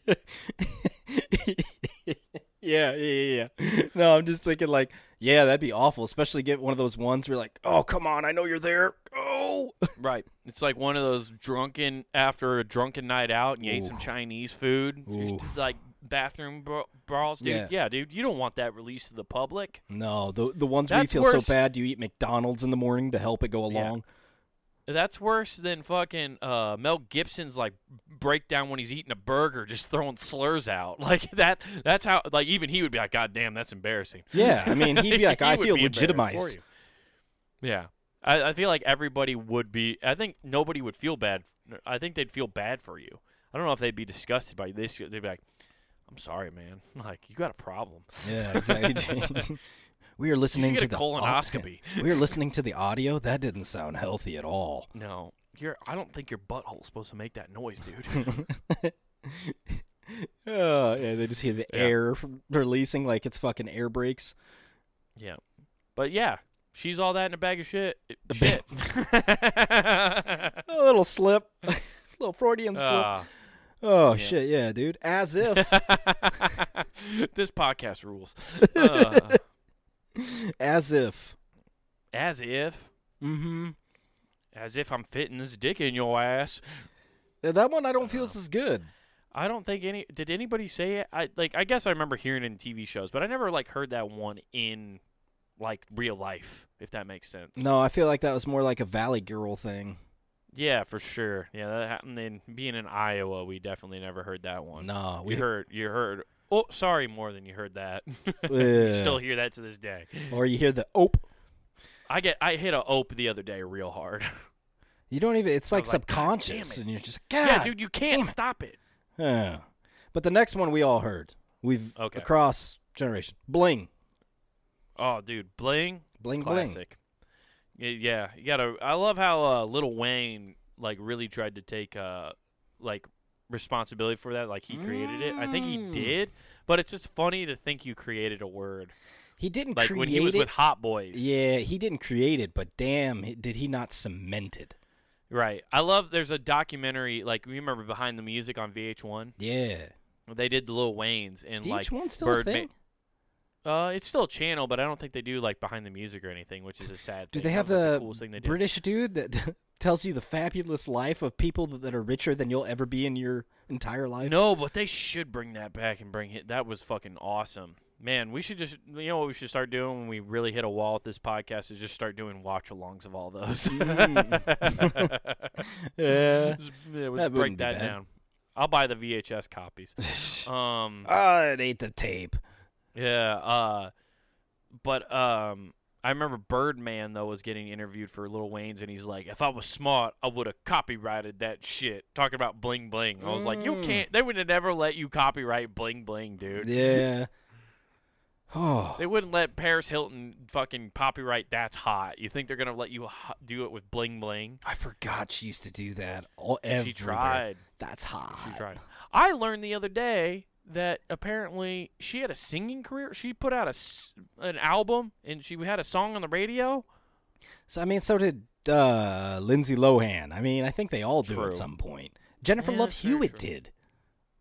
[SPEAKER 1] yeah, yeah, yeah, yeah. No, I'm just thinking like, yeah, that'd be awful, especially get one of those ones where you're like, oh, come on, I know you're there. Oh,
[SPEAKER 2] Right. It's like one of those drunken after a drunken night out and you ate some
[SPEAKER 1] Ooh.
[SPEAKER 2] Chinese food,
[SPEAKER 1] Ooh.
[SPEAKER 2] like bathroom bra- brawls, dude.
[SPEAKER 1] Yeah.
[SPEAKER 2] yeah, dude, you don't want that released to the public.
[SPEAKER 1] no, the the ones where you
[SPEAKER 2] That's
[SPEAKER 1] feel
[SPEAKER 2] worse.
[SPEAKER 1] so bad, you eat McDonald's in the morning to help it go
[SPEAKER 2] Yeah.
[SPEAKER 1] along.
[SPEAKER 2] That's worse than fucking uh, Mel Gibson's like breakdown when he's eating a burger, just throwing slurs out like that. That's how like even he would be like, God damn, that's embarrassing.
[SPEAKER 1] Yeah, I mean, he'd be like,
[SPEAKER 2] He
[SPEAKER 1] I
[SPEAKER 2] would
[SPEAKER 1] feel
[SPEAKER 2] be embarrassed for
[SPEAKER 1] legitimized.
[SPEAKER 2] you. Yeah, I, I feel like everybody would be. I think nobody would feel bad. I think they'd feel bad for you. I don't know if they'd be disgusted by this. They'd be like, I'm sorry, man. Like you got a problem.
[SPEAKER 1] Yeah, exactly. we are listening
[SPEAKER 2] get
[SPEAKER 1] to
[SPEAKER 2] a
[SPEAKER 1] the
[SPEAKER 2] colonoscopy.
[SPEAKER 1] we are listening to the audio. That didn't sound healthy at all.
[SPEAKER 2] No, you're. I don't think your butthole's supposed to make that noise, dude.
[SPEAKER 1] Oh, yeah, they just hear the
[SPEAKER 2] Yeah.
[SPEAKER 1] air from releasing like it's fucking air brakes.
[SPEAKER 2] Yeah. But yeah, she's all that in a bag of shit. Shit.
[SPEAKER 1] bit. A little slip, little Freudian slip.
[SPEAKER 2] Ah.
[SPEAKER 1] Oh
[SPEAKER 2] Yeah.
[SPEAKER 1] shit, yeah, dude. As if,
[SPEAKER 2] this podcast rules. Uh,
[SPEAKER 1] as if.
[SPEAKER 2] as if,
[SPEAKER 1] Mm-hmm.
[SPEAKER 2] as if I'm fitting this dick in your ass.
[SPEAKER 1] That one I don't
[SPEAKER 2] Uh.
[SPEAKER 1] feel is as good.
[SPEAKER 2] I don't think any. Did anybody say it? I like. I guess I remember hearing it in TV shows, but I never like heard that one in like real life. If that makes sense.
[SPEAKER 1] No, I feel like that was more like a Valley Girl thing.
[SPEAKER 2] Yeah, for sure. Yeah, that happened. in being in Iowa, we definitely never heard that one.
[SPEAKER 1] No,
[SPEAKER 2] We heard you heard. Oh, sorry, more than you heard that. you
[SPEAKER 1] Yeah.
[SPEAKER 2] still hear that to this day.
[SPEAKER 1] or you hear the ope.
[SPEAKER 2] I get I hit a ope the other day real hard.
[SPEAKER 1] You don't even. It's like
[SPEAKER 2] was like, "God damn
[SPEAKER 1] subconscious,
[SPEAKER 2] it."
[SPEAKER 1] and you're just like,
[SPEAKER 2] yeah,
[SPEAKER 1] God.
[SPEAKER 2] dude, you can't stop it.
[SPEAKER 1] Yeah. But the next one we all heard. We've
[SPEAKER 2] Okay.
[SPEAKER 1] across generation. Bling,
[SPEAKER 2] Oh, dude, bling,
[SPEAKER 1] bling, bling.
[SPEAKER 2] classic. Y- Yeah, you gotta. I love how uh, Little Wayne like really tried to take uh like responsibility for that. Like he created it. I think he
[SPEAKER 1] Mm.
[SPEAKER 2] did, but it's just funny to think you created a word
[SPEAKER 1] He didn't
[SPEAKER 2] like
[SPEAKER 1] create
[SPEAKER 2] when he was
[SPEAKER 1] it.
[SPEAKER 2] with Hot Boys.
[SPEAKER 1] yeah, he didn't create it, but damn, he- did he not cement it?
[SPEAKER 2] right. I love. There's a documentary like you remember behind the music on VH1.
[SPEAKER 1] Yeah.
[SPEAKER 2] They did the Little Waynes and
[SPEAKER 1] Is
[SPEAKER 2] like
[SPEAKER 1] VH1 still
[SPEAKER 2] Birdman-
[SPEAKER 1] a thing?
[SPEAKER 2] Uh, it's still a channel, but I don't think they do like behind the music or anything, which is a sad.
[SPEAKER 1] Do
[SPEAKER 2] thing.
[SPEAKER 1] they have the
[SPEAKER 2] that was, like, coolest thing they did.
[SPEAKER 1] British dude that tells you the fabulous life of people that, that are richer than you'll ever be in your entire life?
[SPEAKER 2] No, but they should bring that back and bring it. That was fucking awesome, man. We should just, you know, what we should start doing when we really hit a wall with this podcast is just start doing watch-alongs of all those.
[SPEAKER 1] Yeah.
[SPEAKER 2] Just- yeah, let's
[SPEAKER 1] That
[SPEAKER 2] break
[SPEAKER 1] wouldn't be
[SPEAKER 2] that
[SPEAKER 1] bad.
[SPEAKER 2] down. I'll buy the VHS copies. Um,
[SPEAKER 1] Ah, it ain't the tape.
[SPEAKER 2] Yeah. Uh, but um, I remember Birdman though was getting interviewed for Lil Wayne's, and he's like, "If I was smart, I would have copyrighted that shit." Talking about bling bling, I was like, "You
[SPEAKER 1] Mm.
[SPEAKER 2] can't. They would have never let you copyright bling bling, dude.
[SPEAKER 1] Yeah. Oh.
[SPEAKER 2] They wouldn't let Paris Hilton fucking copyright that's hot. You think they're gonna let you ho- do it with bling bling?"
[SPEAKER 1] I forgot she used to do that. All
[SPEAKER 2] She
[SPEAKER 1] everywhere.
[SPEAKER 2] tried.
[SPEAKER 1] That's hot.
[SPEAKER 2] She tried. I learned the other day that apparently she had a singing career. She put out a s- an album and she had a song on the radio.
[SPEAKER 1] So I mean, so did uh, Lindsay Lohan. I mean, I think they all do
[SPEAKER 2] True.
[SPEAKER 1] at some point. Jennifer
[SPEAKER 2] Yeah,
[SPEAKER 1] Love
[SPEAKER 2] that's very
[SPEAKER 1] Hewitt
[SPEAKER 2] true.
[SPEAKER 1] did.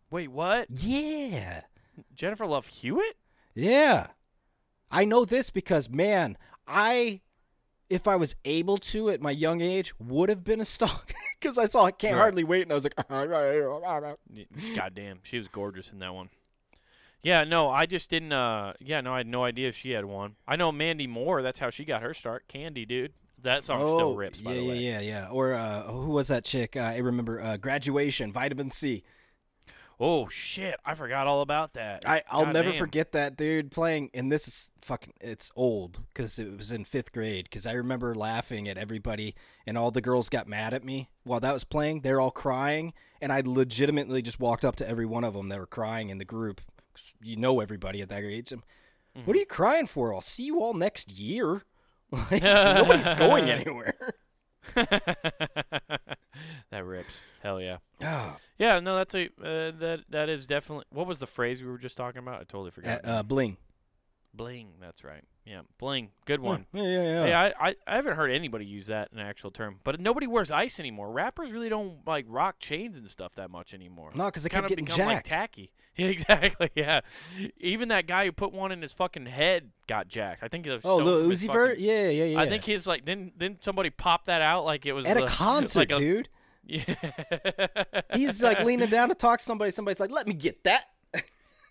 [SPEAKER 2] Wait, what?
[SPEAKER 1] Yeah.
[SPEAKER 2] Jennifer Love Hewitt?
[SPEAKER 1] Yeah. I know this because man, I if I was able to at my young age would have been a stalker because I saw I can't
[SPEAKER 2] Right.
[SPEAKER 1] hardly wait and I was like
[SPEAKER 2] Goddamn, she was gorgeous in that one. Yeah, no, I just didn't. Uh, yeah, no, I had no idea she had one. I know Mandy Moore. That's how she got her start. Candy, dude. That song still rips. By
[SPEAKER 1] Oh, yeah,
[SPEAKER 2] the way,
[SPEAKER 1] yeah, yeah, yeah. Or uh, who was that chick? Uh, I remember uh, graduation, vitamin C.
[SPEAKER 2] oh shit, I forgot all about that.
[SPEAKER 1] I, I'll never
[SPEAKER 2] Goddamn.
[SPEAKER 1] forget that dude playing. And this is fucking, it's old because it was in fifth grade. Because I remember laughing at everybody, and all the girls got mad at me while that was playing. They're all crying, and I legitimately just walked up to every one of them that were crying in the group. 'Cause You know everybody at that age. I'm, What
[SPEAKER 2] Mm-hmm.
[SPEAKER 1] are you crying for? I'll see you all next year. Like, nobody's going anywhere.
[SPEAKER 2] that rips. Hell yeah.
[SPEAKER 1] Ah,
[SPEAKER 2] Yeah, no, that's a uh, that that is definitely. What was the phrase we were just talking about? I totally
[SPEAKER 1] uh,
[SPEAKER 2] forgot.
[SPEAKER 1] uh, bling.
[SPEAKER 2] bling. That's right. Yeah, bling. Good one.
[SPEAKER 1] Yeah, yeah, yeah.
[SPEAKER 2] Yeah, I, I, I haven't heard anybody use that in an actual term, but nobody wears ice anymore. Rappers really don't like rock chains and stuff that much anymore.
[SPEAKER 1] No, 'cause they kept
[SPEAKER 2] kind of
[SPEAKER 1] getting
[SPEAKER 2] become like
[SPEAKER 1] jacked.
[SPEAKER 2] tacky. Yeah, exactly. Yeah, even that guy who put one in his fucking head got jacked. I think it was
[SPEAKER 1] Oh,
[SPEAKER 2] stole
[SPEAKER 1] Lil
[SPEAKER 2] from his
[SPEAKER 1] Uzi
[SPEAKER 2] fucking-
[SPEAKER 1] Vert. Yeah, yeah, yeah.
[SPEAKER 2] I think his like then then somebody popped that out like it was
[SPEAKER 1] at uh, a
[SPEAKER 2] the-
[SPEAKER 1] concert,
[SPEAKER 2] like a,
[SPEAKER 1] dude.
[SPEAKER 2] Yeah.
[SPEAKER 1] He's like leaning down to talk to somebody. Somebody's like, "Let me get that."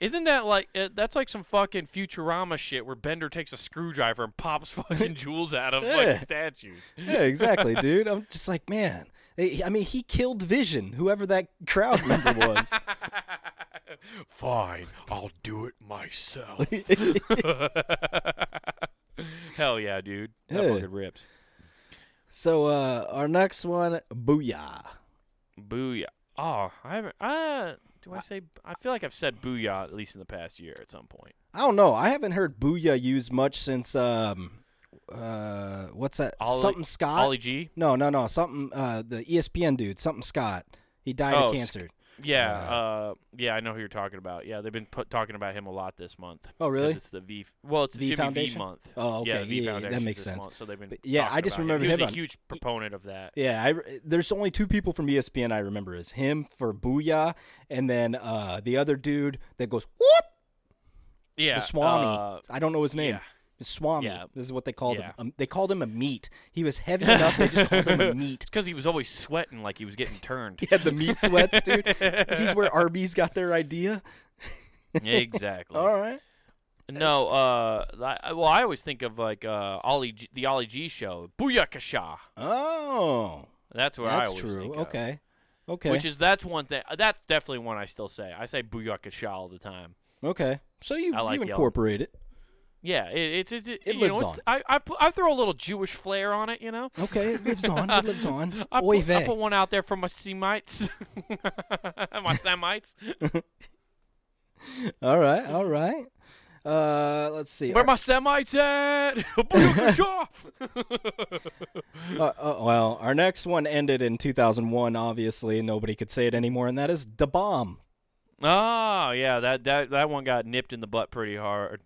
[SPEAKER 2] Isn't that like uh, that's like some fucking Futurama shit where Bender takes a screwdriver and pops fucking jewels out of
[SPEAKER 1] Yeah.
[SPEAKER 2] like statues?
[SPEAKER 1] yeah, exactly, dude. I'm just like, man. They- I mean, he killed Vision, whoever that crowd member was.
[SPEAKER 2] Fine, I'll do it myself. Hell yeah, dude. That
[SPEAKER 1] Yeah.
[SPEAKER 2] fucking rips.
[SPEAKER 1] so uh, our next one, booyah.
[SPEAKER 2] Booyah. Oh, I haven't. Uh, do I say? I feel like I've said booyah at least in the past year at some point.
[SPEAKER 1] I don't know. I haven't heard booyah used much since um, uh, what's that?
[SPEAKER 2] Ollie-
[SPEAKER 1] something Scott.
[SPEAKER 2] Ollie G.
[SPEAKER 1] No, no, no. Something. Uh, the ESPN dude, something Scott. He died
[SPEAKER 2] Oh,
[SPEAKER 1] of
[SPEAKER 2] Sc-
[SPEAKER 1] cancer.
[SPEAKER 2] Yeah. Uh, yeah, I know who you're talking about. Yeah, they've been put, talking about him a lot this month.
[SPEAKER 1] Oh,
[SPEAKER 2] 'Cause
[SPEAKER 1] really?
[SPEAKER 2] It's the V. Well, it's
[SPEAKER 1] V
[SPEAKER 2] Jimmy
[SPEAKER 1] Foundation?
[SPEAKER 2] V month.
[SPEAKER 1] Oh,
[SPEAKER 2] Yeah,
[SPEAKER 1] okay.
[SPEAKER 2] the V
[SPEAKER 1] Yeah, yeah, yeah, that
[SPEAKER 2] Foundation's
[SPEAKER 1] makes
[SPEAKER 2] this
[SPEAKER 1] sense.
[SPEAKER 2] Month, so they've been.
[SPEAKER 1] But, yeah, I
[SPEAKER 2] talking
[SPEAKER 1] just
[SPEAKER 2] about
[SPEAKER 1] remember
[SPEAKER 2] He was
[SPEAKER 1] him
[SPEAKER 2] a
[SPEAKER 1] on- E-
[SPEAKER 2] huge proponent of that.
[SPEAKER 1] Yeah, I, re- there's only two people from E ESPN I remember is him for Booyah, and then uh, the other dude that goes whoop,
[SPEAKER 2] Yeah.
[SPEAKER 1] the Swami.
[SPEAKER 2] uh,
[SPEAKER 1] I don't know his name.
[SPEAKER 2] yeah.
[SPEAKER 1] Swami.
[SPEAKER 2] Yeah.
[SPEAKER 1] This is what they called
[SPEAKER 2] Yeah.
[SPEAKER 1] him. Um, they called him a meat. He was heavy enough. They just called him a meat.
[SPEAKER 2] It's because he was always sweating like he was getting turned.
[SPEAKER 1] He had the meat sweats, dude. He's where Arby's got their idea.
[SPEAKER 2] exactly.
[SPEAKER 1] All right.
[SPEAKER 2] No, uh, I, well, I always think of like uh, Ollie G, the Ollie G show, Booyakasha.
[SPEAKER 1] Oh,
[SPEAKER 2] That's what I
[SPEAKER 1] that's
[SPEAKER 2] always
[SPEAKER 1] true.
[SPEAKER 2] think of,
[SPEAKER 1] Okay. Okay.
[SPEAKER 2] Which is that's one thing. That's definitely one I still say. I say Booyakasha all the time.
[SPEAKER 1] okay. So you
[SPEAKER 2] I like
[SPEAKER 1] you
[SPEAKER 2] yelling.
[SPEAKER 1] incorporate it.
[SPEAKER 2] Yeah, it, it's it, it,
[SPEAKER 1] It
[SPEAKER 2] you know,
[SPEAKER 1] lives
[SPEAKER 2] it's-
[SPEAKER 1] on.
[SPEAKER 2] I, I pu- I throw a little Jewish flair on it, you know.
[SPEAKER 1] Okay, it lives on. It lives on.
[SPEAKER 2] I
[SPEAKER 1] Oy
[SPEAKER 2] put, I
[SPEAKER 1] vey.
[SPEAKER 2] put one out there for my Semites, my Semites.
[SPEAKER 1] All right. All right. Uh, let's see.
[SPEAKER 2] Where my Semites at? Booyakasha.
[SPEAKER 1] Uh, uh, well, our next one ended in 2001. Obviously, nobody could say it anymore, and that is the bomb.
[SPEAKER 2] Oh yeah, that that that one got nipped in the butt pretty hard.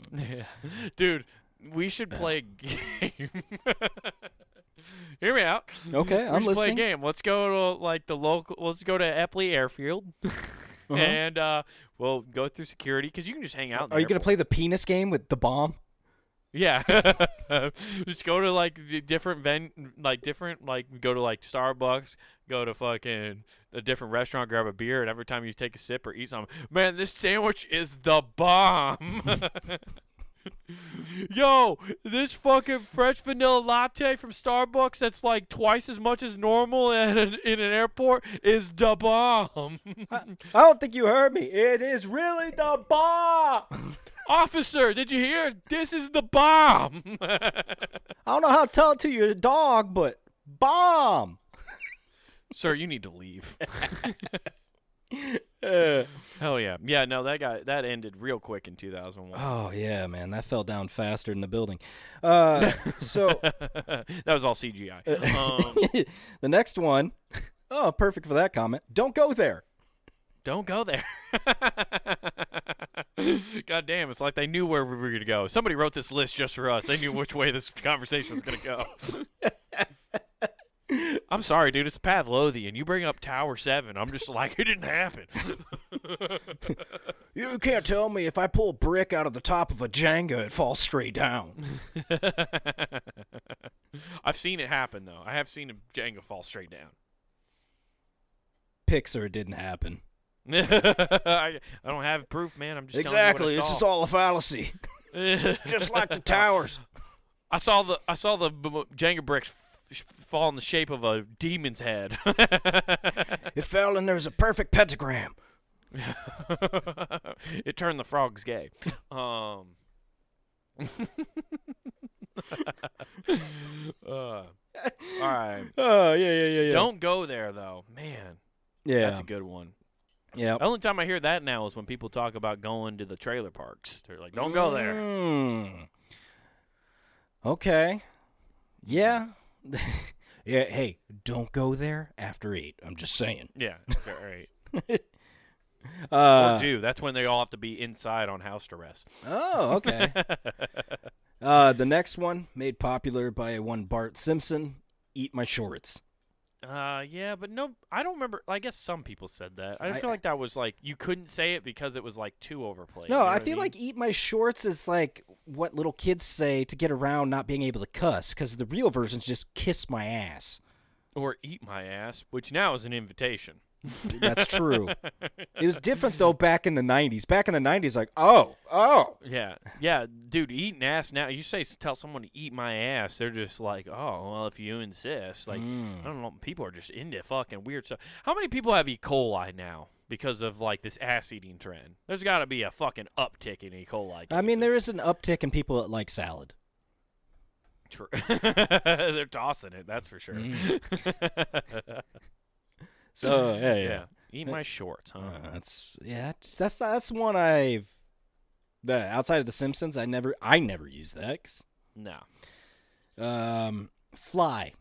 [SPEAKER 2] Dude, we should play a game. Hear me out.
[SPEAKER 1] Okay,
[SPEAKER 2] Mm-hmm. we
[SPEAKER 1] I'm
[SPEAKER 2] should Play a
[SPEAKER 1] listening.
[SPEAKER 2] game. Let's go to like the local. Let's go to Epley Airfield,
[SPEAKER 1] Uh-huh.
[SPEAKER 2] and uh, we'll go through security because you can just hang out. in the
[SPEAKER 1] Are you gonna
[SPEAKER 2] airport.
[SPEAKER 1] play the penis game with the bomb?
[SPEAKER 2] Yeah, just go to like d- different ven, like different like go to like Starbucks, go to fucking a different restaurant, grab a beer, and every time you take a sip or eat something, man, this sandwich is the bomb. Yo, this fucking fresh vanilla latte from Starbucks that's like twice as much as normal at an, in an airport is the bomb.
[SPEAKER 1] I don't think you heard me. It is really the bomb.
[SPEAKER 2] Officer, did you hear? This is the bomb.
[SPEAKER 1] I don't know how to tell it to your dog, but bomb.
[SPEAKER 2] Sir, you need to leave.
[SPEAKER 1] Uh,
[SPEAKER 2] Hell yeah, yeah. No, that guy that ended real quick in 2001.
[SPEAKER 1] oh yeah, man, that fell down faster than the building. Uh, so Uh-huh.
[SPEAKER 2] that was all CGI.
[SPEAKER 1] Uh,
[SPEAKER 2] Um,
[SPEAKER 1] the next one, oh, perfect for that comment. Don't go there.
[SPEAKER 2] don't go there. God damn, it's like they knew where we were going to go. Somebody wrote this list just for us. They knew which way this conversation was going to go. I'm sorry, dude. It's Path Lothian. You bring up Tower 7. I'm just like, it didn't happen.
[SPEAKER 1] You can't tell me if I pull a brick out of the top of a Jenga, it falls straight down.
[SPEAKER 2] I've seen it happen, though. I have seen a Jenga fall straight down.
[SPEAKER 1] Pixar it didn't happen.
[SPEAKER 2] I, I don't have proof, man. I'm just Telling you what I saw.
[SPEAKER 1] all a fallacy. Just like the towers.
[SPEAKER 2] I saw the I saw the b- b- Jenga bricks sh- fall in the shape of a demon's head.
[SPEAKER 1] It fell and there's a perfect pentagram.
[SPEAKER 2] it turned the frogs gay. Um. uh, all right.
[SPEAKER 1] Oh yeah, yeah, yeah, yeah.
[SPEAKER 2] Don't go there though. Man,
[SPEAKER 1] Yeah.
[SPEAKER 2] that's a good one.
[SPEAKER 1] yeah.
[SPEAKER 2] The only time I hear that now is when people talk about going to the trailer parks. They're like, "Don't go Oh, there."
[SPEAKER 1] Mm. Okay. Yeah. yeah. Hey, don't go there after eight. I'm just saying.
[SPEAKER 2] Yeah. All right.
[SPEAKER 1] Uh,
[SPEAKER 2] or do. That's when they all have to be inside on house arrest.
[SPEAKER 1] oh, okay. uh, the next one, made popular by one Bart Simpson, "Eat My Shorts."
[SPEAKER 2] Uh, yeah, but no, I don't remember. I guess some people said that. I,
[SPEAKER 1] I-
[SPEAKER 2] feel like that was like you couldn't say it because it was like too overplayed.
[SPEAKER 1] No,
[SPEAKER 2] you know
[SPEAKER 1] I
[SPEAKER 2] what
[SPEAKER 1] feel
[SPEAKER 2] mean?
[SPEAKER 1] like "Eat My Shorts" is like what little kids say to get around not being able to cuss, because the real version's just "Kiss My Ass."
[SPEAKER 2] or eat my ass, which now is an invitation.
[SPEAKER 1] That's true. it was different though back in the '90s. Back in the '90s, like, oh, oh,
[SPEAKER 2] Yeah, yeah, dude, eating ass now. You say tell someone to eat my ass, they're just like, oh, well, if you insist. Like,
[SPEAKER 1] Mm.
[SPEAKER 2] I don't know, people are just into fucking weird stuff. How many people have E. coli now because of like this ass eating trend? There's got to be a fucking uptick in E. coli.
[SPEAKER 1] I mean, there
[SPEAKER 2] cases.
[SPEAKER 1] is an uptick in people that like salad.
[SPEAKER 2] True. they're tossing it. That's for sure.
[SPEAKER 1] Mm. So yeah,
[SPEAKER 2] yeah. eat my shorts, huh?
[SPEAKER 1] Uh, that's yeah, it's- that's that's one I've. The outside of the Simpsons, I never I never use that. 'cause,
[SPEAKER 2] no,
[SPEAKER 1] um, fly,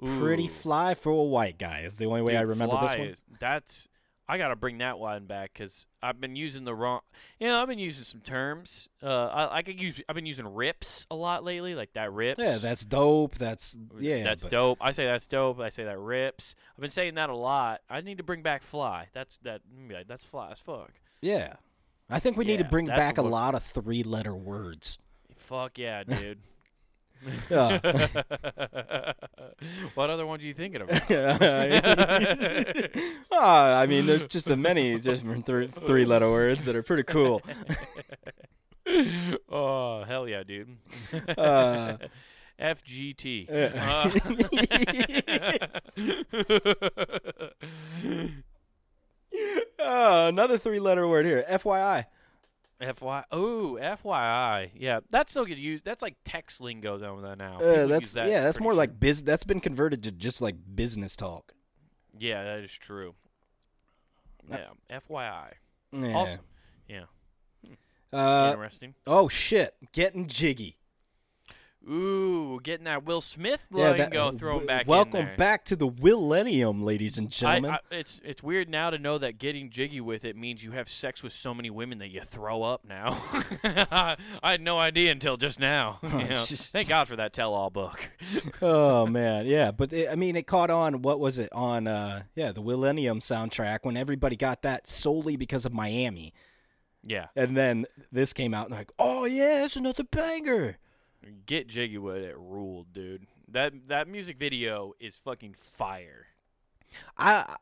[SPEAKER 1] pretty
[SPEAKER 2] Ooh.
[SPEAKER 1] fly for a white guy is the only way I
[SPEAKER 2] Dude,
[SPEAKER 1] remember this
[SPEAKER 2] Fly
[SPEAKER 1] one.
[SPEAKER 2] is- that's I gotta bring that one back because I've been using the wrong. You know, I've been using some terms. Uh, I, I could use. I've been using rips a lot lately, like that rips.
[SPEAKER 1] Yeah, that's dope. That's yeah,
[SPEAKER 2] that's
[SPEAKER 1] but-
[SPEAKER 2] dope. I say that's dope. I say that rips. I've been saying that a lot. I need to bring back fly. That's that. mm, yeah, That's fly as fuck.
[SPEAKER 1] Yeah, I think we need to
[SPEAKER 2] Yeah,
[SPEAKER 1] bring
[SPEAKER 2] that's
[SPEAKER 1] back a
[SPEAKER 2] what-
[SPEAKER 1] lot of three letter words.
[SPEAKER 2] Fuck yeah, dude.
[SPEAKER 1] Yeah.
[SPEAKER 2] what other ones are you thinking about?
[SPEAKER 1] Ah, I mean, there's just a many just three three letter words that are pretty cool.
[SPEAKER 2] oh hell yeah, dude.
[SPEAKER 1] Uh,
[SPEAKER 2] FGT.
[SPEAKER 1] Yeah.
[SPEAKER 2] Uh,
[SPEAKER 1] oh, another three letter word here. FYI.
[SPEAKER 2] FY. Oh, FYI. Yeah, that's still good use. That's like text lingo though though, now. Oh, People
[SPEAKER 1] Uh,
[SPEAKER 2] use
[SPEAKER 1] that's
[SPEAKER 2] that
[SPEAKER 1] yeah. That's
[SPEAKER 2] pretty
[SPEAKER 1] more
[SPEAKER 2] sure.
[SPEAKER 1] like biz. That's been converted to just like business talk.
[SPEAKER 2] Yeah, that is true.
[SPEAKER 1] Uh,
[SPEAKER 2] Yeah, FYI.
[SPEAKER 1] Yeah.
[SPEAKER 2] Also, yeah,
[SPEAKER 1] uh,
[SPEAKER 2] interesting.
[SPEAKER 1] oh shit, getting jiggy.
[SPEAKER 2] Ooh, getting that Will Smith
[SPEAKER 1] Yeah,
[SPEAKER 2] lingo
[SPEAKER 1] that-
[SPEAKER 2] thrown
[SPEAKER 1] w-
[SPEAKER 2] back. in
[SPEAKER 1] Welcome
[SPEAKER 2] there.
[SPEAKER 1] back to the millennium, ladies and
[SPEAKER 2] I,
[SPEAKER 1] gentlemen.
[SPEAKER 2] I, it's it's weird now to know that getting jiggy with it means you have sex with so many women that you throw up now. I had no idea until just now.
[SPEAKER 1] Oh,
[SPEAKER 2] you know.
[SPEAKER 1] just-
[SPEAKER 2] Thank God for that tell-all book.
[SPEAKER 1] oh man, yeah. But it, I mean, it caught on. What was it on? Uh, yeah, the millennium soundtrack when everybody got that solely because of Miami.
[SPEAKER 2] yeah,
[SPEAKER 1] And then this came out, and like, oh yeah, it's another banger.
[SPEAKER 2] get jiggy with it ruled, dude. That that music video is fucking fire.
[SPEAKER 1] I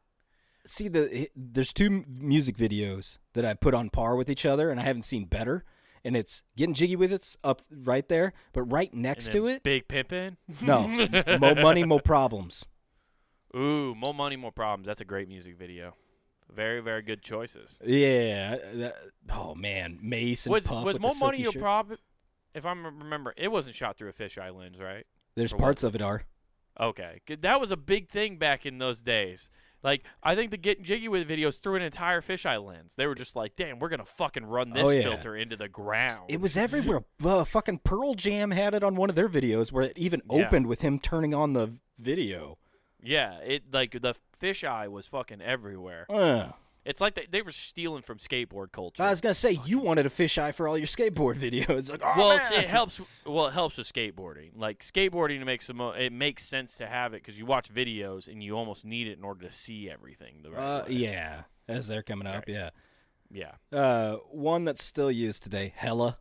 [SPEAKER 1] see the there's two m- music videos that I put on par with each other, and I haven't seen better. And it's getting jiggy with it's up right there, but right next
[SPEAKER 2] And
[SPEAKER 1] to
[SPEAKER 2] then
[SPEAKER 1] it,
[SPEAKER 2] Big Pimpin'.
[SPEAKER 1] no, mo money, mo problems.
[SPEAKER 2] Ooh, more money, more problems. That's a great music video. Very very good choices.
[SPEAKER 1] Yeah. that- oh man, Mace and
[SPEAKER 2] was
[SPEAKER 1] Puff
[SPEAKER 2] was
[SPEAKER 1] with
[SPEAKER 2] more
[SPEAKER 1] the
[SPEAKER 2] money
[SPEAKER 1] silky
[SPEAKER 2] your
[SPEAKER 1] shirts.
[SPEAKER 2] problem? If I remember, it wasn't shot through a fisheye lens, right?
[SPEAKER 1] There's
[SPEAKER 2] or what?
[SPEAKER 1] parts of it are.
[SPEAKER 2] Okay, 'Cause that was a big thing back in those days. Like, I think the Getting Jiggy with videos threw an entire fisheye lens. They were just like, "Damn, we're gonna fucking run this
[SPEAKER 1] Oh, yeah.
[SPEAKER 2] filter into the ground."
[SPEAKER 1] It was everywhere. uh, fucking Pearl Jam had it on one of their videos where it even
[SPEAKER 2] Yeah.
[SPEAKER 1] opened with him turning on the video.
[SPEAKER 2] yeah, it like the fisheye was fucking everywhere.
[SPEAKER 1] Uh.
[SPEAKER 2] It's like they, they were stealing from skateboard culture.
[SPEAKER 1] I was gonna say you wanted a fisheye for all your skateboard videos. Like, oh,
[SPEAKER 2] well,
[SPEAKER 1] man.
[SPEAKER 2] it's- it helps. Well, it helps with skateboarding. Like skateboarding, it makes the mo- it makes sense to have it because you watch videos and you almost need it in order to see everything. The right
[SPEAKER 1] Uh,
[SPEAKER 2] way.
[SPEAKER 1] yeah, as they're coming up, yeah.
[SPEAKER 2] yeah.
[SPEAKER 1] Uh, one that's still used today, hella.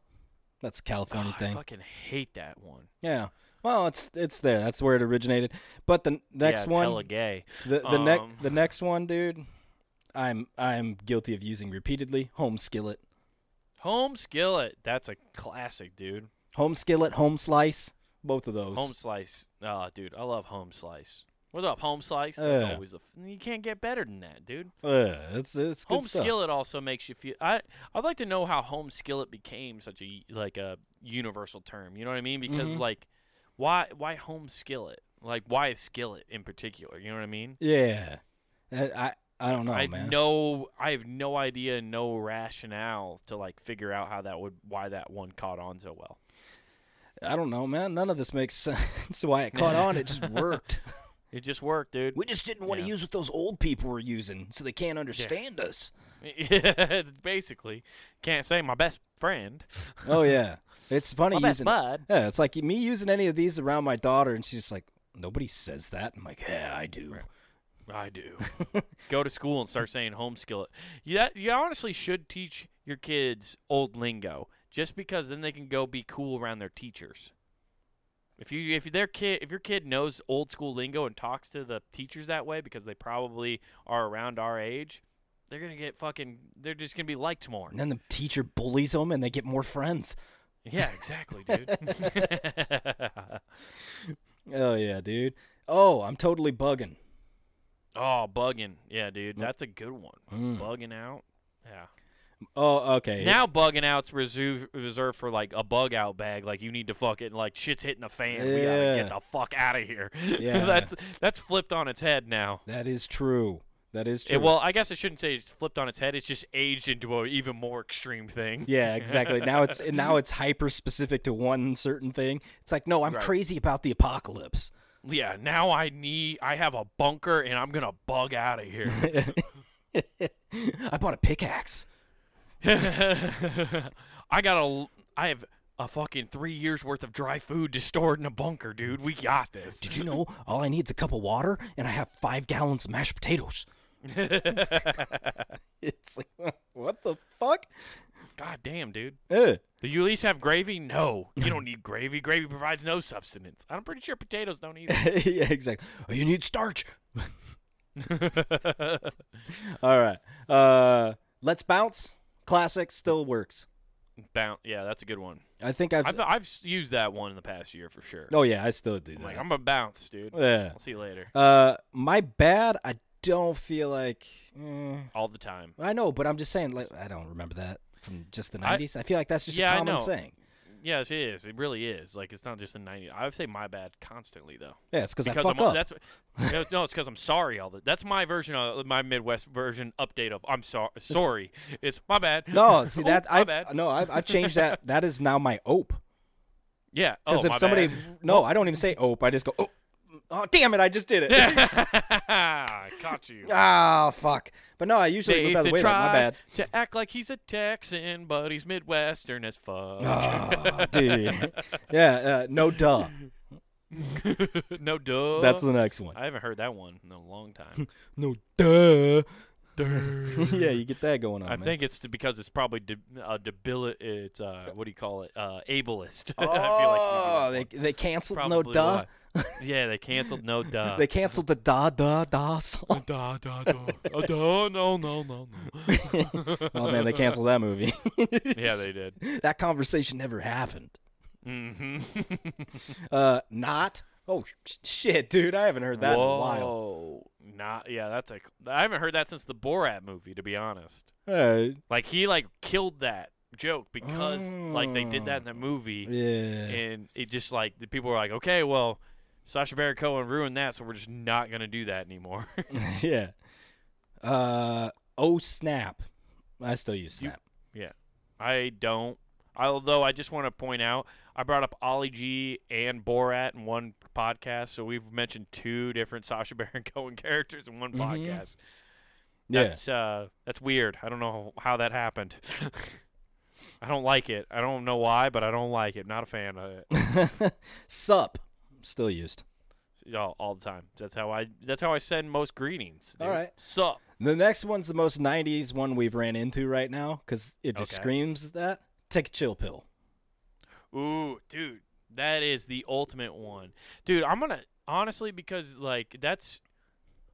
[SPEAKER 1] That's a California
[SPEAKER 2] Oh, I
[SPEAKER 1] thing.
[SPEAKER 2] fucking hate that one.
[SPEAKER 1] Yeah. Well, it's it's there. That's where it originated. But the n- next
[SPEAKER 2] yeah, it's
[SPEAKER 1] one,
[SPEAKER 2] hella gay.
[SPEAKER 1] the the next
[SPEAKER 2] Um.
[SPEAKER 1] the next one, dude. I'm I'm guilty of using repeatedly. Home skillet,
[SPEAKER 2] Home skillet. That's a classic, dude.
[SPEAKER 1] home skillet, home slice. both of those.
[SPEAKER 2] Home slice. Oh, dude, I love home slice. What's up, home slice? That's
[SPEAKER 1] Yeah.
[SPEAKER 2] always the. F- you can't get better than that, dude.
[SPEAKER 1] Yeah, Uh, it's it's good
[SPEAKER 2] home
[SPEAKER 1] stuff.
[SPEAKER 2] skillet also makes you feel. I I'd like to know how home skillet became such a like a universal term. You know what I mean? Because
[SPEAKER 1] Mhm.
[SPEAKER 2] like, why why home skillet? Like why is skillet in particular? You know what I mean?
[SPEAKER 1] Yeah, I I, I don't know,
[SPEAKER 2] I
[SPEAKER 1] Oh, man.
[SPEAKER 2] no I have no idea, no rationale to like figure out how that would why that one caught on so well.
[SPEAKER 1] I don't know, man. None of this makes sense. That's why it caught on. It just worked.
[SPEAKER 2] It just worked, dude.
[SPEAKER 1] We just didn't want
[SPEAKER 2] Yeah.
[SPEAKER 1] to use what those old people were using, so they can't understand us.
[SPEAKER 2] Basically, can't say my best friend,
[SPEAKER 1] Oh yeah, it's funny
[SPEAKER 2] my best
[SPEAKER 1] using.
[SPEAKER 2] bud.
[SPEAKER 1] Yeah, it's like me using any of these around my daughter, and she's just like, nobody says that. I'm like, yeah, I do.
[SPEAKER 2] I do. Go to school and start saying home skillet. You, that- you honestly should teach your kids old lingo, just because then they can go be cool around their teachers. If you if their kid if your kid knows old school lingo and talks to the teachers that way because they probably are around our age, they're gonna get fucking. They're just gonna be liked more.
[SPEAKER 1] And then the teacher bullies them, and they get more friends.
[SPEAKER 2] Yeah, exactly, dude.
[SPEAKER 1] Oh yeah, dude. Oh, I'm totally bugging.
[SPEAKER 2] oh, bugging. Yeah, dude, that's a good one.
[SPEAKER 1] Mm.
[SPEAKER 2] Bugging out. Yeah.
[SPEAKER 1] Oh, okay.
[SPEAKER 2] Now bugging out's reserved reserved for like a bug out bag. Like you need to fucking like shit's hitting the fan. We gotta
[SPEAKER 1] Yeah.
[SPEAKER 2] get the fuck out of here.
[SPEAKER 1] Yeah.
[SPEAKER 2] that's that's flipped on its head now.
[SPEAKER 1] that is true. That is true.
[SPEAKER 2] It- well, I guess I shouldn't say it's flipped on its head. It's just aged into an even more extreme thing.
[SPEAKER 1] Yeah, exactly. Now it's now it's hyper specific to one certain thing. It's like, no, I'm
[SPEAKER 2] Right.
[SPEAKER 1] crazy about the apocalypse.
[SPEAKER 2] Yeah. Now I need. I have a bunker and I'm gonna bug out of here.
[SPEAKER 1] I bought a pickaxe.
[SPEAKER 2] I got a. I have a fucking three years worth of dry food to store in a bunker, dude. We got this.
[SPEAKER 1] Did you know all I need is a cup of water and I have five gallons of mashed potatoes? it's like, what the fuck?
[SPEAKER 2] God damn, dude.
[SPEAKER 1] Eh.
[SPEAKER 2] Do you at least have gravy? No, you don't need gravy. Gravy provides no substance. I'm pretty sure potatoes don't either.
[SPEAKER 1] yeah, exactly. Oh, you need starch. All right. Uh, let's bounce. Classic still works.
[SPEAKER 2] Bounce. Yeah, that's a good one.
[SPEAKER 1] I think I've.
[SPEAKER 2] I've I've s- used that one in the past year for sure.
[SPEAKER 1] oh yeah, I still do that.
[SPEAKER 2] Like I'm a bounce, dude.
[SPEAKER 1] yeah.
[SPEAKER 2] I'll see you later.
[SPEAKER 1] Uh, my bad. I don't feel like. eh.
[SPEAKER 2] All the time.
[SPEAKER 1] I know, but I'm just saying. Like, I don't remember that from just the
[SPEAKER 2] I-
[SPEAKER 1] '90s. I, feel like that's just
[SPEAKER 2] Yeah, I
[SPEAKER 1] a common
[SPEAKER 2] know.
[SPEAKER 1] saying.
[SPEAKER 2] Yes, it is. It really is. Like it's not just the '90s. I would say my bad constantly though.
[SPEAKER 1] Yeah, it's cause I
[SPEAKER 2] Because
[SPEAKER 1] fuck
[SPEAKER 2] I'm,
[SPEAKER 1] up.
[SPEAKER 2] that's no, no, it's because I'm sorry. All the that's my version of my Midwest version update of I'm sorry. Sorry, it's my bad.
[SPEAKER 1] No, see
[SPEAKER 2] Oop,
[SPEAKER 1] that
[SPEAKER 2] Oh, my
[SPEAKER 1] I
[SPEAKER 2] bad.
[SPEAKER 1] no, I've, I've changed that. That is now my ope.
[SPEAKER 2] Yeah. Oh,
[SPEAKER 1] Because
[SPEAKER 2] my
[SPEAKER 1] if somebody
[SPEAKER 2] bad.
[SPEAKER 1] no, I don't even say ope. I just go oh, oh damn it! I just did it.
[SPEAKER 2] Caught you.
[SPEAKER 1] ah fuck. But no, I usually move out of the
[SPEAKER 2] Nathan
[SPEAKER 1] way. though, My
[SPEAKER 2] tries
[SPEAKER 1] bad.
[SPEAKER 2] to act like he's a Texan, but he's Midwestern as fuck.
[SPEAKER 1] Ah, dude. Yeah, uh, no duh.
[SPEAKER 2] no duh.
[SPEAKER 1] That's the next one.
[SPEAKER 2] I haven't heard that one in a long time.
[SPEAKER 1] No duh.
[SPEAKER 2] I
[SPEAKER 1] yeah, you get that going on. Oh, man.
[SPEAKER 2] think it's because it's probably de- uh, debili- It's uh, what do you call it? Uh, ableist. I
[SPEAKER 1] Oh,
[SPEAKER 2] feel like we do that
[SPEAKER 1] they
[SPEAKER 2] one.
[SPEAKER 1] they canceled no
[SPEAKER 2] Probably
[SPEAKER 1] duh.
[SPEAKER 2] why. yeah, they canceled no duh.
[SPEAKER 1] They canceled the da da da song.
[SPEAKER 2] duh, duh, duh. Oh, duh, no, no, no, no.
[SPEAKER 1] oh man, they canceled that movie.
[SPEAKER 2] yeah, they did.
[SPEAKER 1] that conversation never happened.
[SPEAKER 2] hmm
[SPEAKER 1] Uh, not. Oh sh- shit, dude, I haven't heard that in a while.
[SPEAKER 2] Whoa. Not yeah, that's like I haven't heard that since the Borat movie, to be honest.
[SPEAKER 1] Uh,
[SPEAKER 2] Like he like killed that joke because like they did that in the movie
[SPEAKER 1] yeah.
[SPEAKER 2] and it just like the people were like, Okay, well, Sasha Baron Cohen ruined that, so we're just not gonna do that anymore.
[SPEAKER 1] yeah. Uh, oh snap. I still use
[SPEAKER 2] You-
[SPEAKER 1] snap.
[SPEAKER 2] yeah. I don't although I just wanna point out I brought up Ollie G and Borat in one podcast, so we've mentioned two different Sasha Baron Cohen characters in one
[SPEAKER 1] Mhm.
[SPEAKER 2] podcast.
[SPEAKER 1] yeah.
[SPEAKER 2] That's uh that's weird. I don't know how that happened. I don't like it. I don't know why, but I don't like it. Not a fan of it
[SPEAKER 1] Sup. Still used.
[SPEAKER 2] all, all the time. That's how I that's how I send most greetings.
[SPEAKER 1] All
[SPEAKER 2] dude.
[SPEAKER 1] right.
[SPEAKER 2] Sup.
[SPEAKER 1] The next one's the most '90s one we've ran into right now because it just
[SPEAKER 2] Okay.
[SPEAKER 1] screams that. Take a chill pill.
[SPEAKER 2] Ooh, dude. That is the ultimate one. Dude, I'm going to honestly because like that's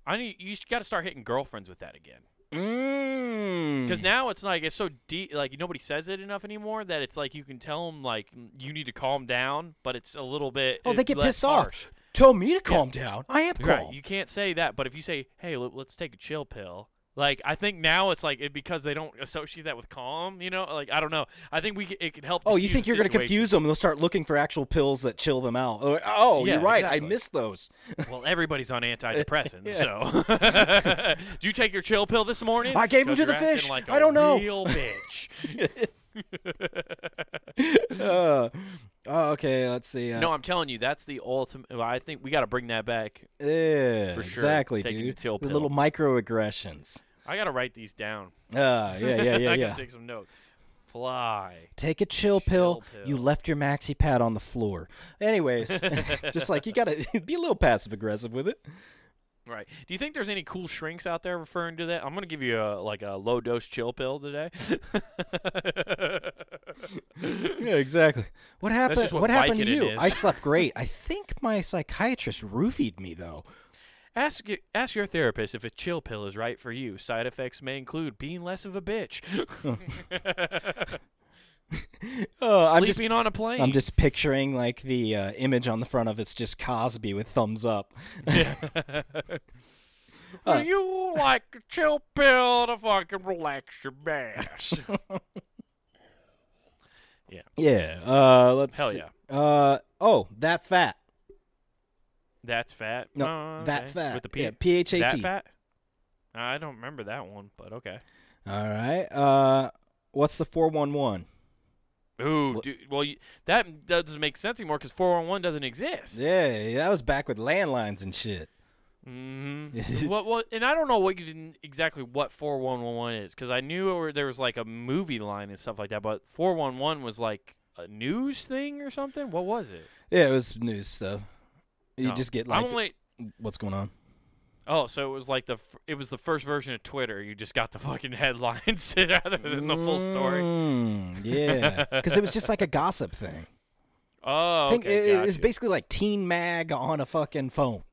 [SPEAKER 2] I need you got to start hitting girlfriends with that again.
[SPEAKER 1] Because Mm.
[SPEAKER 2] Because now it's like it's so deep, like nobody says it enough anymore that it's like you can tell them like you need to calm down, but it's a little bit.
[SPEAKER 1] oh, they
[SPEAKER 2] it's
[SPEAKER 1] get
[SPEAKER 2] less
[SPEAKER 1] pissed
[SPEAKER 2] harsh.
[SPEAKER 1] off. Tell me to calm down. I am calm.
[SPEAKER 2] Right, You can't say that, but if you say, "Hey, l- let's take a chill pill," like I think now it's like it because they don't associate that with calm. You know, like I don't know. I think we c- it can help.
[SPEAKER 1] Oh, you
[SPEAKER 2] diffuse
[SPEAKER 1] think
[SPEAKER 2] the
[SPEAKER 1] you're going to
[SPEAKER 2] situation.
[SPEAKER 1] confuse them? They'll start looking for actual pills that chill them out. Oh, oh,
[SPEAKER 2] Yeah,
[SPEAKER 1] you're right. I
[SPEAKER 2] exactly.
[SPEAKER 1] missed those.
[SPEAKER 2] Well, everybody's on antidepressants, so do you take your chill pill this morning?
[SPEAKER 1] I gave 'em
[SPEAKER 2] 'Cause
[SPEAKER 1] to the
[SPEAKER 2] you're acting
[SPEAKER 1] fish.
[SPEAKER 2] Like
[SPEAKER 1] I
[SPEAKER 2] a
[SPEAKER 1] don't know.
[SPEAKER 2] Real bitch.
[SPEAKER 1] uh, oh, okay, let's see. Uh,
[SPEAKER 2] no, I'm telling you, that's the ultimate. well, I think we got to bring that back.
[SPEAKER 1] yeah,
[SPEAKER 2] for sure,
[SPEAKER 1] exactly,
[SPEAKER 2] taking the
[SPEAKER 1] dude.
[SPEAKER 2] chill
[SPEAKER 1] the
[SPEAKER 2] pill.
[SPEAKER 1] little microaggressions.
[SPEAKER 2] I got to write these down.
[SPEAKER 1] Uh, yeah, yeah, yeah,
[SPEAKER 2] I
[SPEAKER 1] yeah.
[SPEAKER 2] gotta take some notes. Fly.
[SPEAKER 1] Take a chill pill.
[SPEAKER 2] Chill
[SPEAKER 1] You
[SPEAKER 2] pill.
[SPEAKER 1] left your maxi pad on the floor. Anyways, just like you got to be a little passive aggressive with it.
[SPEAKER 2] Right. Do you think there's any cool shrinks out there referring to that? I'm gonna give you a like a low dose chill pill today.
[SPEAKER 1] Yeah, exactly. What happened?
[SPEAKER 2] just what
[SPEAKER 1] happened to
[SPEAKER 2] Vicodin
[SPEAKER 1] you?
[SPEAKER 2] is.
[SPEAKER 1] I slept great. I think my psychiatrist roofied me though.
[SPEAKER 2] ask y- ask your therapist if a chill pill is right for you. Side effects may include being less of a bitch,
[SPEAKER 1] Oh, I'm
[SPEAKER 2] sleeping
[SPEAKER 1] just
[SPEAKER 2] on a plane.
[SPEAKER 1] I'm just picturing like the uh, image on the front of it's just Cosby with thumbs up.
[SPEAKER 2] Would you like a chill pill to fucking relax your ass?
[SPEAKER 1] Yeah. Uh, let's.
[SPEAKER 2] Hell
[SPEAKER 1] see.
[SPEAKER 2] yeah.
[SPEAKER 1] Uh, oh, that fat.
[SPEAKER 2] That's fat.
[SPEAKER 1] No,
[SPEAKER 2] Oh,
[SPEAKER 1] that
[SPEAKER 2] okay.
[SPEAKER 1] fat.
[SPEAKER 2] With the P-
[SPEAKER 1] yeah, P H A T.
[SPEAKER 2] That fat. I don't remember that one, but okay.
[SPEAKER 1] All right. Uh, what's the four one one?
[SPEAKER 2] Ooh,
[SPEAKER 1] Wha-
[SPEAKER 2] dude, well, you, that doesn't make sense anymore because 411 doesn't exist.
[SPEAKER 1] Yeah, that was back with landlines and shit.
[SPEAKER 2] Mm-hmm. what, what, and I don't know what you didn't, exactly what 4111 is because I knew or there was like a movie line and stuff like that, but 411 was like a news thing or something. What was it?
[SPEAKER 1] Yeah, it was news stuff. You
[SPEAKER 2] No.
[SPEAKER 1] just get like,
[SPEAKER 2] I'm only.
[SPEAKER 1] what's going on?
[SPEAKER 2] Oh, so it was like the f- it was the first version of Twitter. You just got the fucking headlines rather than the full story.
[SPEAKER 1] Mm, yeah, because it was just like a gossip thing.
[SPEAKER 2] Oh,
[SPEAKER 1] I think
[SPEAKER 2] okay,
[SPEAKER 1] it, it was
[SPEAKER 2] gotcha.
[SPEAKER 1] basically like Teen Mag on a fucking phone.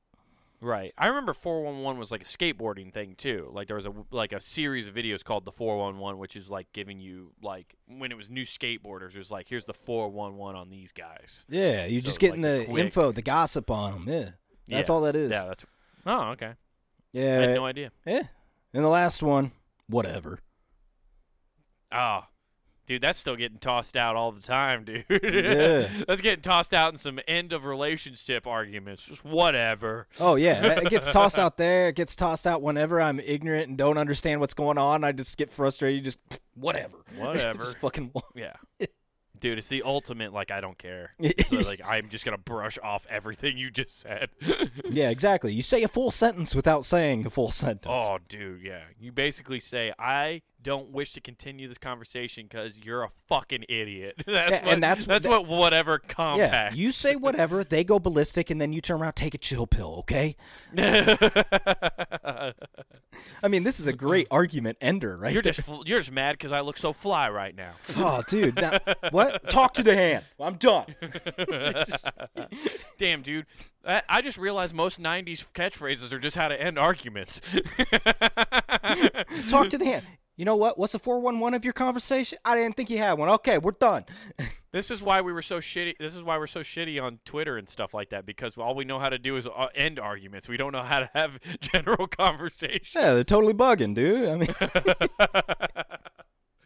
[SPEAKER 2] Right. I remember 411 was like a skateboarding thing too. Like there was a like a series of videos called the 411 which is like giving you like when it was new skateboarders it was like here's the 411 on these guys.
[SPEAKER 1] Yeah, you're
[SPEAKER 2] So,
[SPEAKER 1] just
[SPEAKER 2] like,
[SPEAKER 1] getting
[SPEAKER 2] the
[SPEAKER 1] the
[SPEAKER 2] quick-
[SPEAKER 1] info, the gossip on them. Yeah, that's
[SPEAKER 2] Yeah.
[SPEAKER 1] all that is. Uh,
[SPEAKER 2] Yeah, that's Oh, okay. I
[SPEAKER 1] Yeah,
[SPEAKER 2] had no idea.
[SPEAKER 1] yeah. And the last one, whatever.
[SPEAKER 2] Oh. Dude, that's still getting tossed out all the time, dude.
[SPEAKER 1] Yeah.
[SPEAKER 2] that's getting tossed out in some end of relationship arguments. Just whatever.
[SPEAKER 1] Oh yeah, that- it gets tossed out there. It gets tossed out whenever I'm ignorant and don't understand what's going on. I just get frustrated. Just pff, whatever,
[SPEAKER 2] Whatever.
[SPEAKER 1] just fucking. wa-
[SPEAKER 2] Yeah. Dude, it's the ultimate like I don't care. So like I'm just going to brush off everything you just said.
[SPEAKER 1] Yeah, exactly. You say a full sentence without saying a full sentence.
[SPEAKER 2] Oh, dude, yeah. You basically say, I don't wish to continue this conversation because you're a fucking idiot. that's
[SPEAKER 1] Yeah, and
[SPEAKER 2] what,
[SPEAKER 1] that's-
[SPEAKER 2] that's
[SPEAKER 1] that-
[SPEAKER 2] what whatever
[SPEAKER 1] yeah.
[SPEAKER 2] compact.
[SPEAKER 1] You say whatever, they go ballistic, and then you turn around, take a chill pill. Okay. I mean, this is a great argument ender, right?
[SPEAKER 2] you're just fl- you're just mad because I look so fly right now.
[SPEAKER 1] oh, dude. Now, what? Talk to the hand. I'm done.
[SPEAKER 2] Damn, dude. I, I just realized most '90s catchphrases are just how to end arguments.
[SPEAKER 1] Talk to the hand. You know what? What's the 411 of your conversation? I didn't think you had one. Okay, we're done.
[SPEAKER 2] This is why we were so shitty. This is why we're so shitty on Twitter and stuff like that because all we know how to do is uh, end arguments. We don't know how to have general conversation.
[SPEAKER 1] Yeah, they're totally bugging, dude. I mean,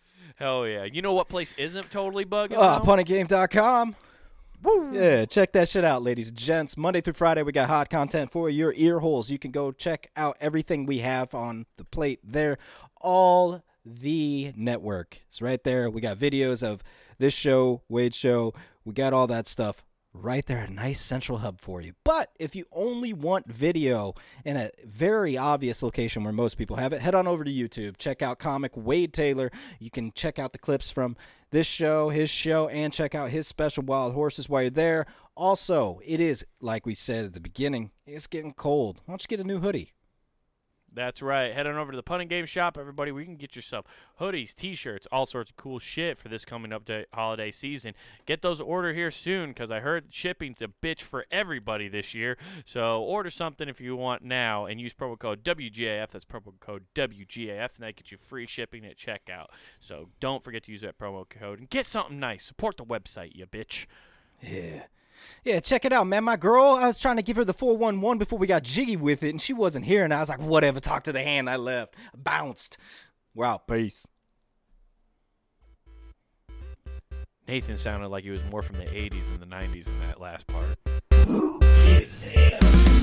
[SPEAKER 2] Hell yeah! You know what place isn't totally bugging?
[SPEAKER 1] uh,
[SPEAKER 2] though?
[SPEAKER 1] punagame.com. Yeah, check that shit out, ladies and gents. Monday through Friday, we got hot content for your ear holes. You can go check out everything we have on the plate there. All the network is right there. We got videos of this show, Wade Show. We got all that stuff right there. A nice central hub for you. But if you only want video in a very obvious location where most people have it, head on over to YouTube. Check out comic Wade Taylor. You can check out the clips from this show, his show, and check out his special Wild Horses while you're there. Also, it is, like we said at the beginning, it's getting cold. Why don't you get a new hoodie?
[SPEAKER 2] That's right. Head on over to the Punting Game Shop, everybody. We can get yourself hoodies, T-shirts, all sorts of cool shit for this coming up day, holiday season. Get those order here soon, cause I heard shipping's a bitch for everybody this year. So order something if you want now, and use promo code WGAF. That's promo code WGAF, and that gets you free shipping at checkout. So don't forget to use that promo code and get something nice. Support the website, you bitch.
[SPEAKER 1] Yeah. Yeah, check it out, man. My girl, I was trying to give her the 411 before we got jiggy with it, and she wasn't here, and I was like, whatever, talk to the hand. I left. Bounced. We're out. Peace.
[SPEAKER 2] Nathan sounded like he was more from the 80s than the 90s in that last part.
[SPEAKER 3] Who is Santa?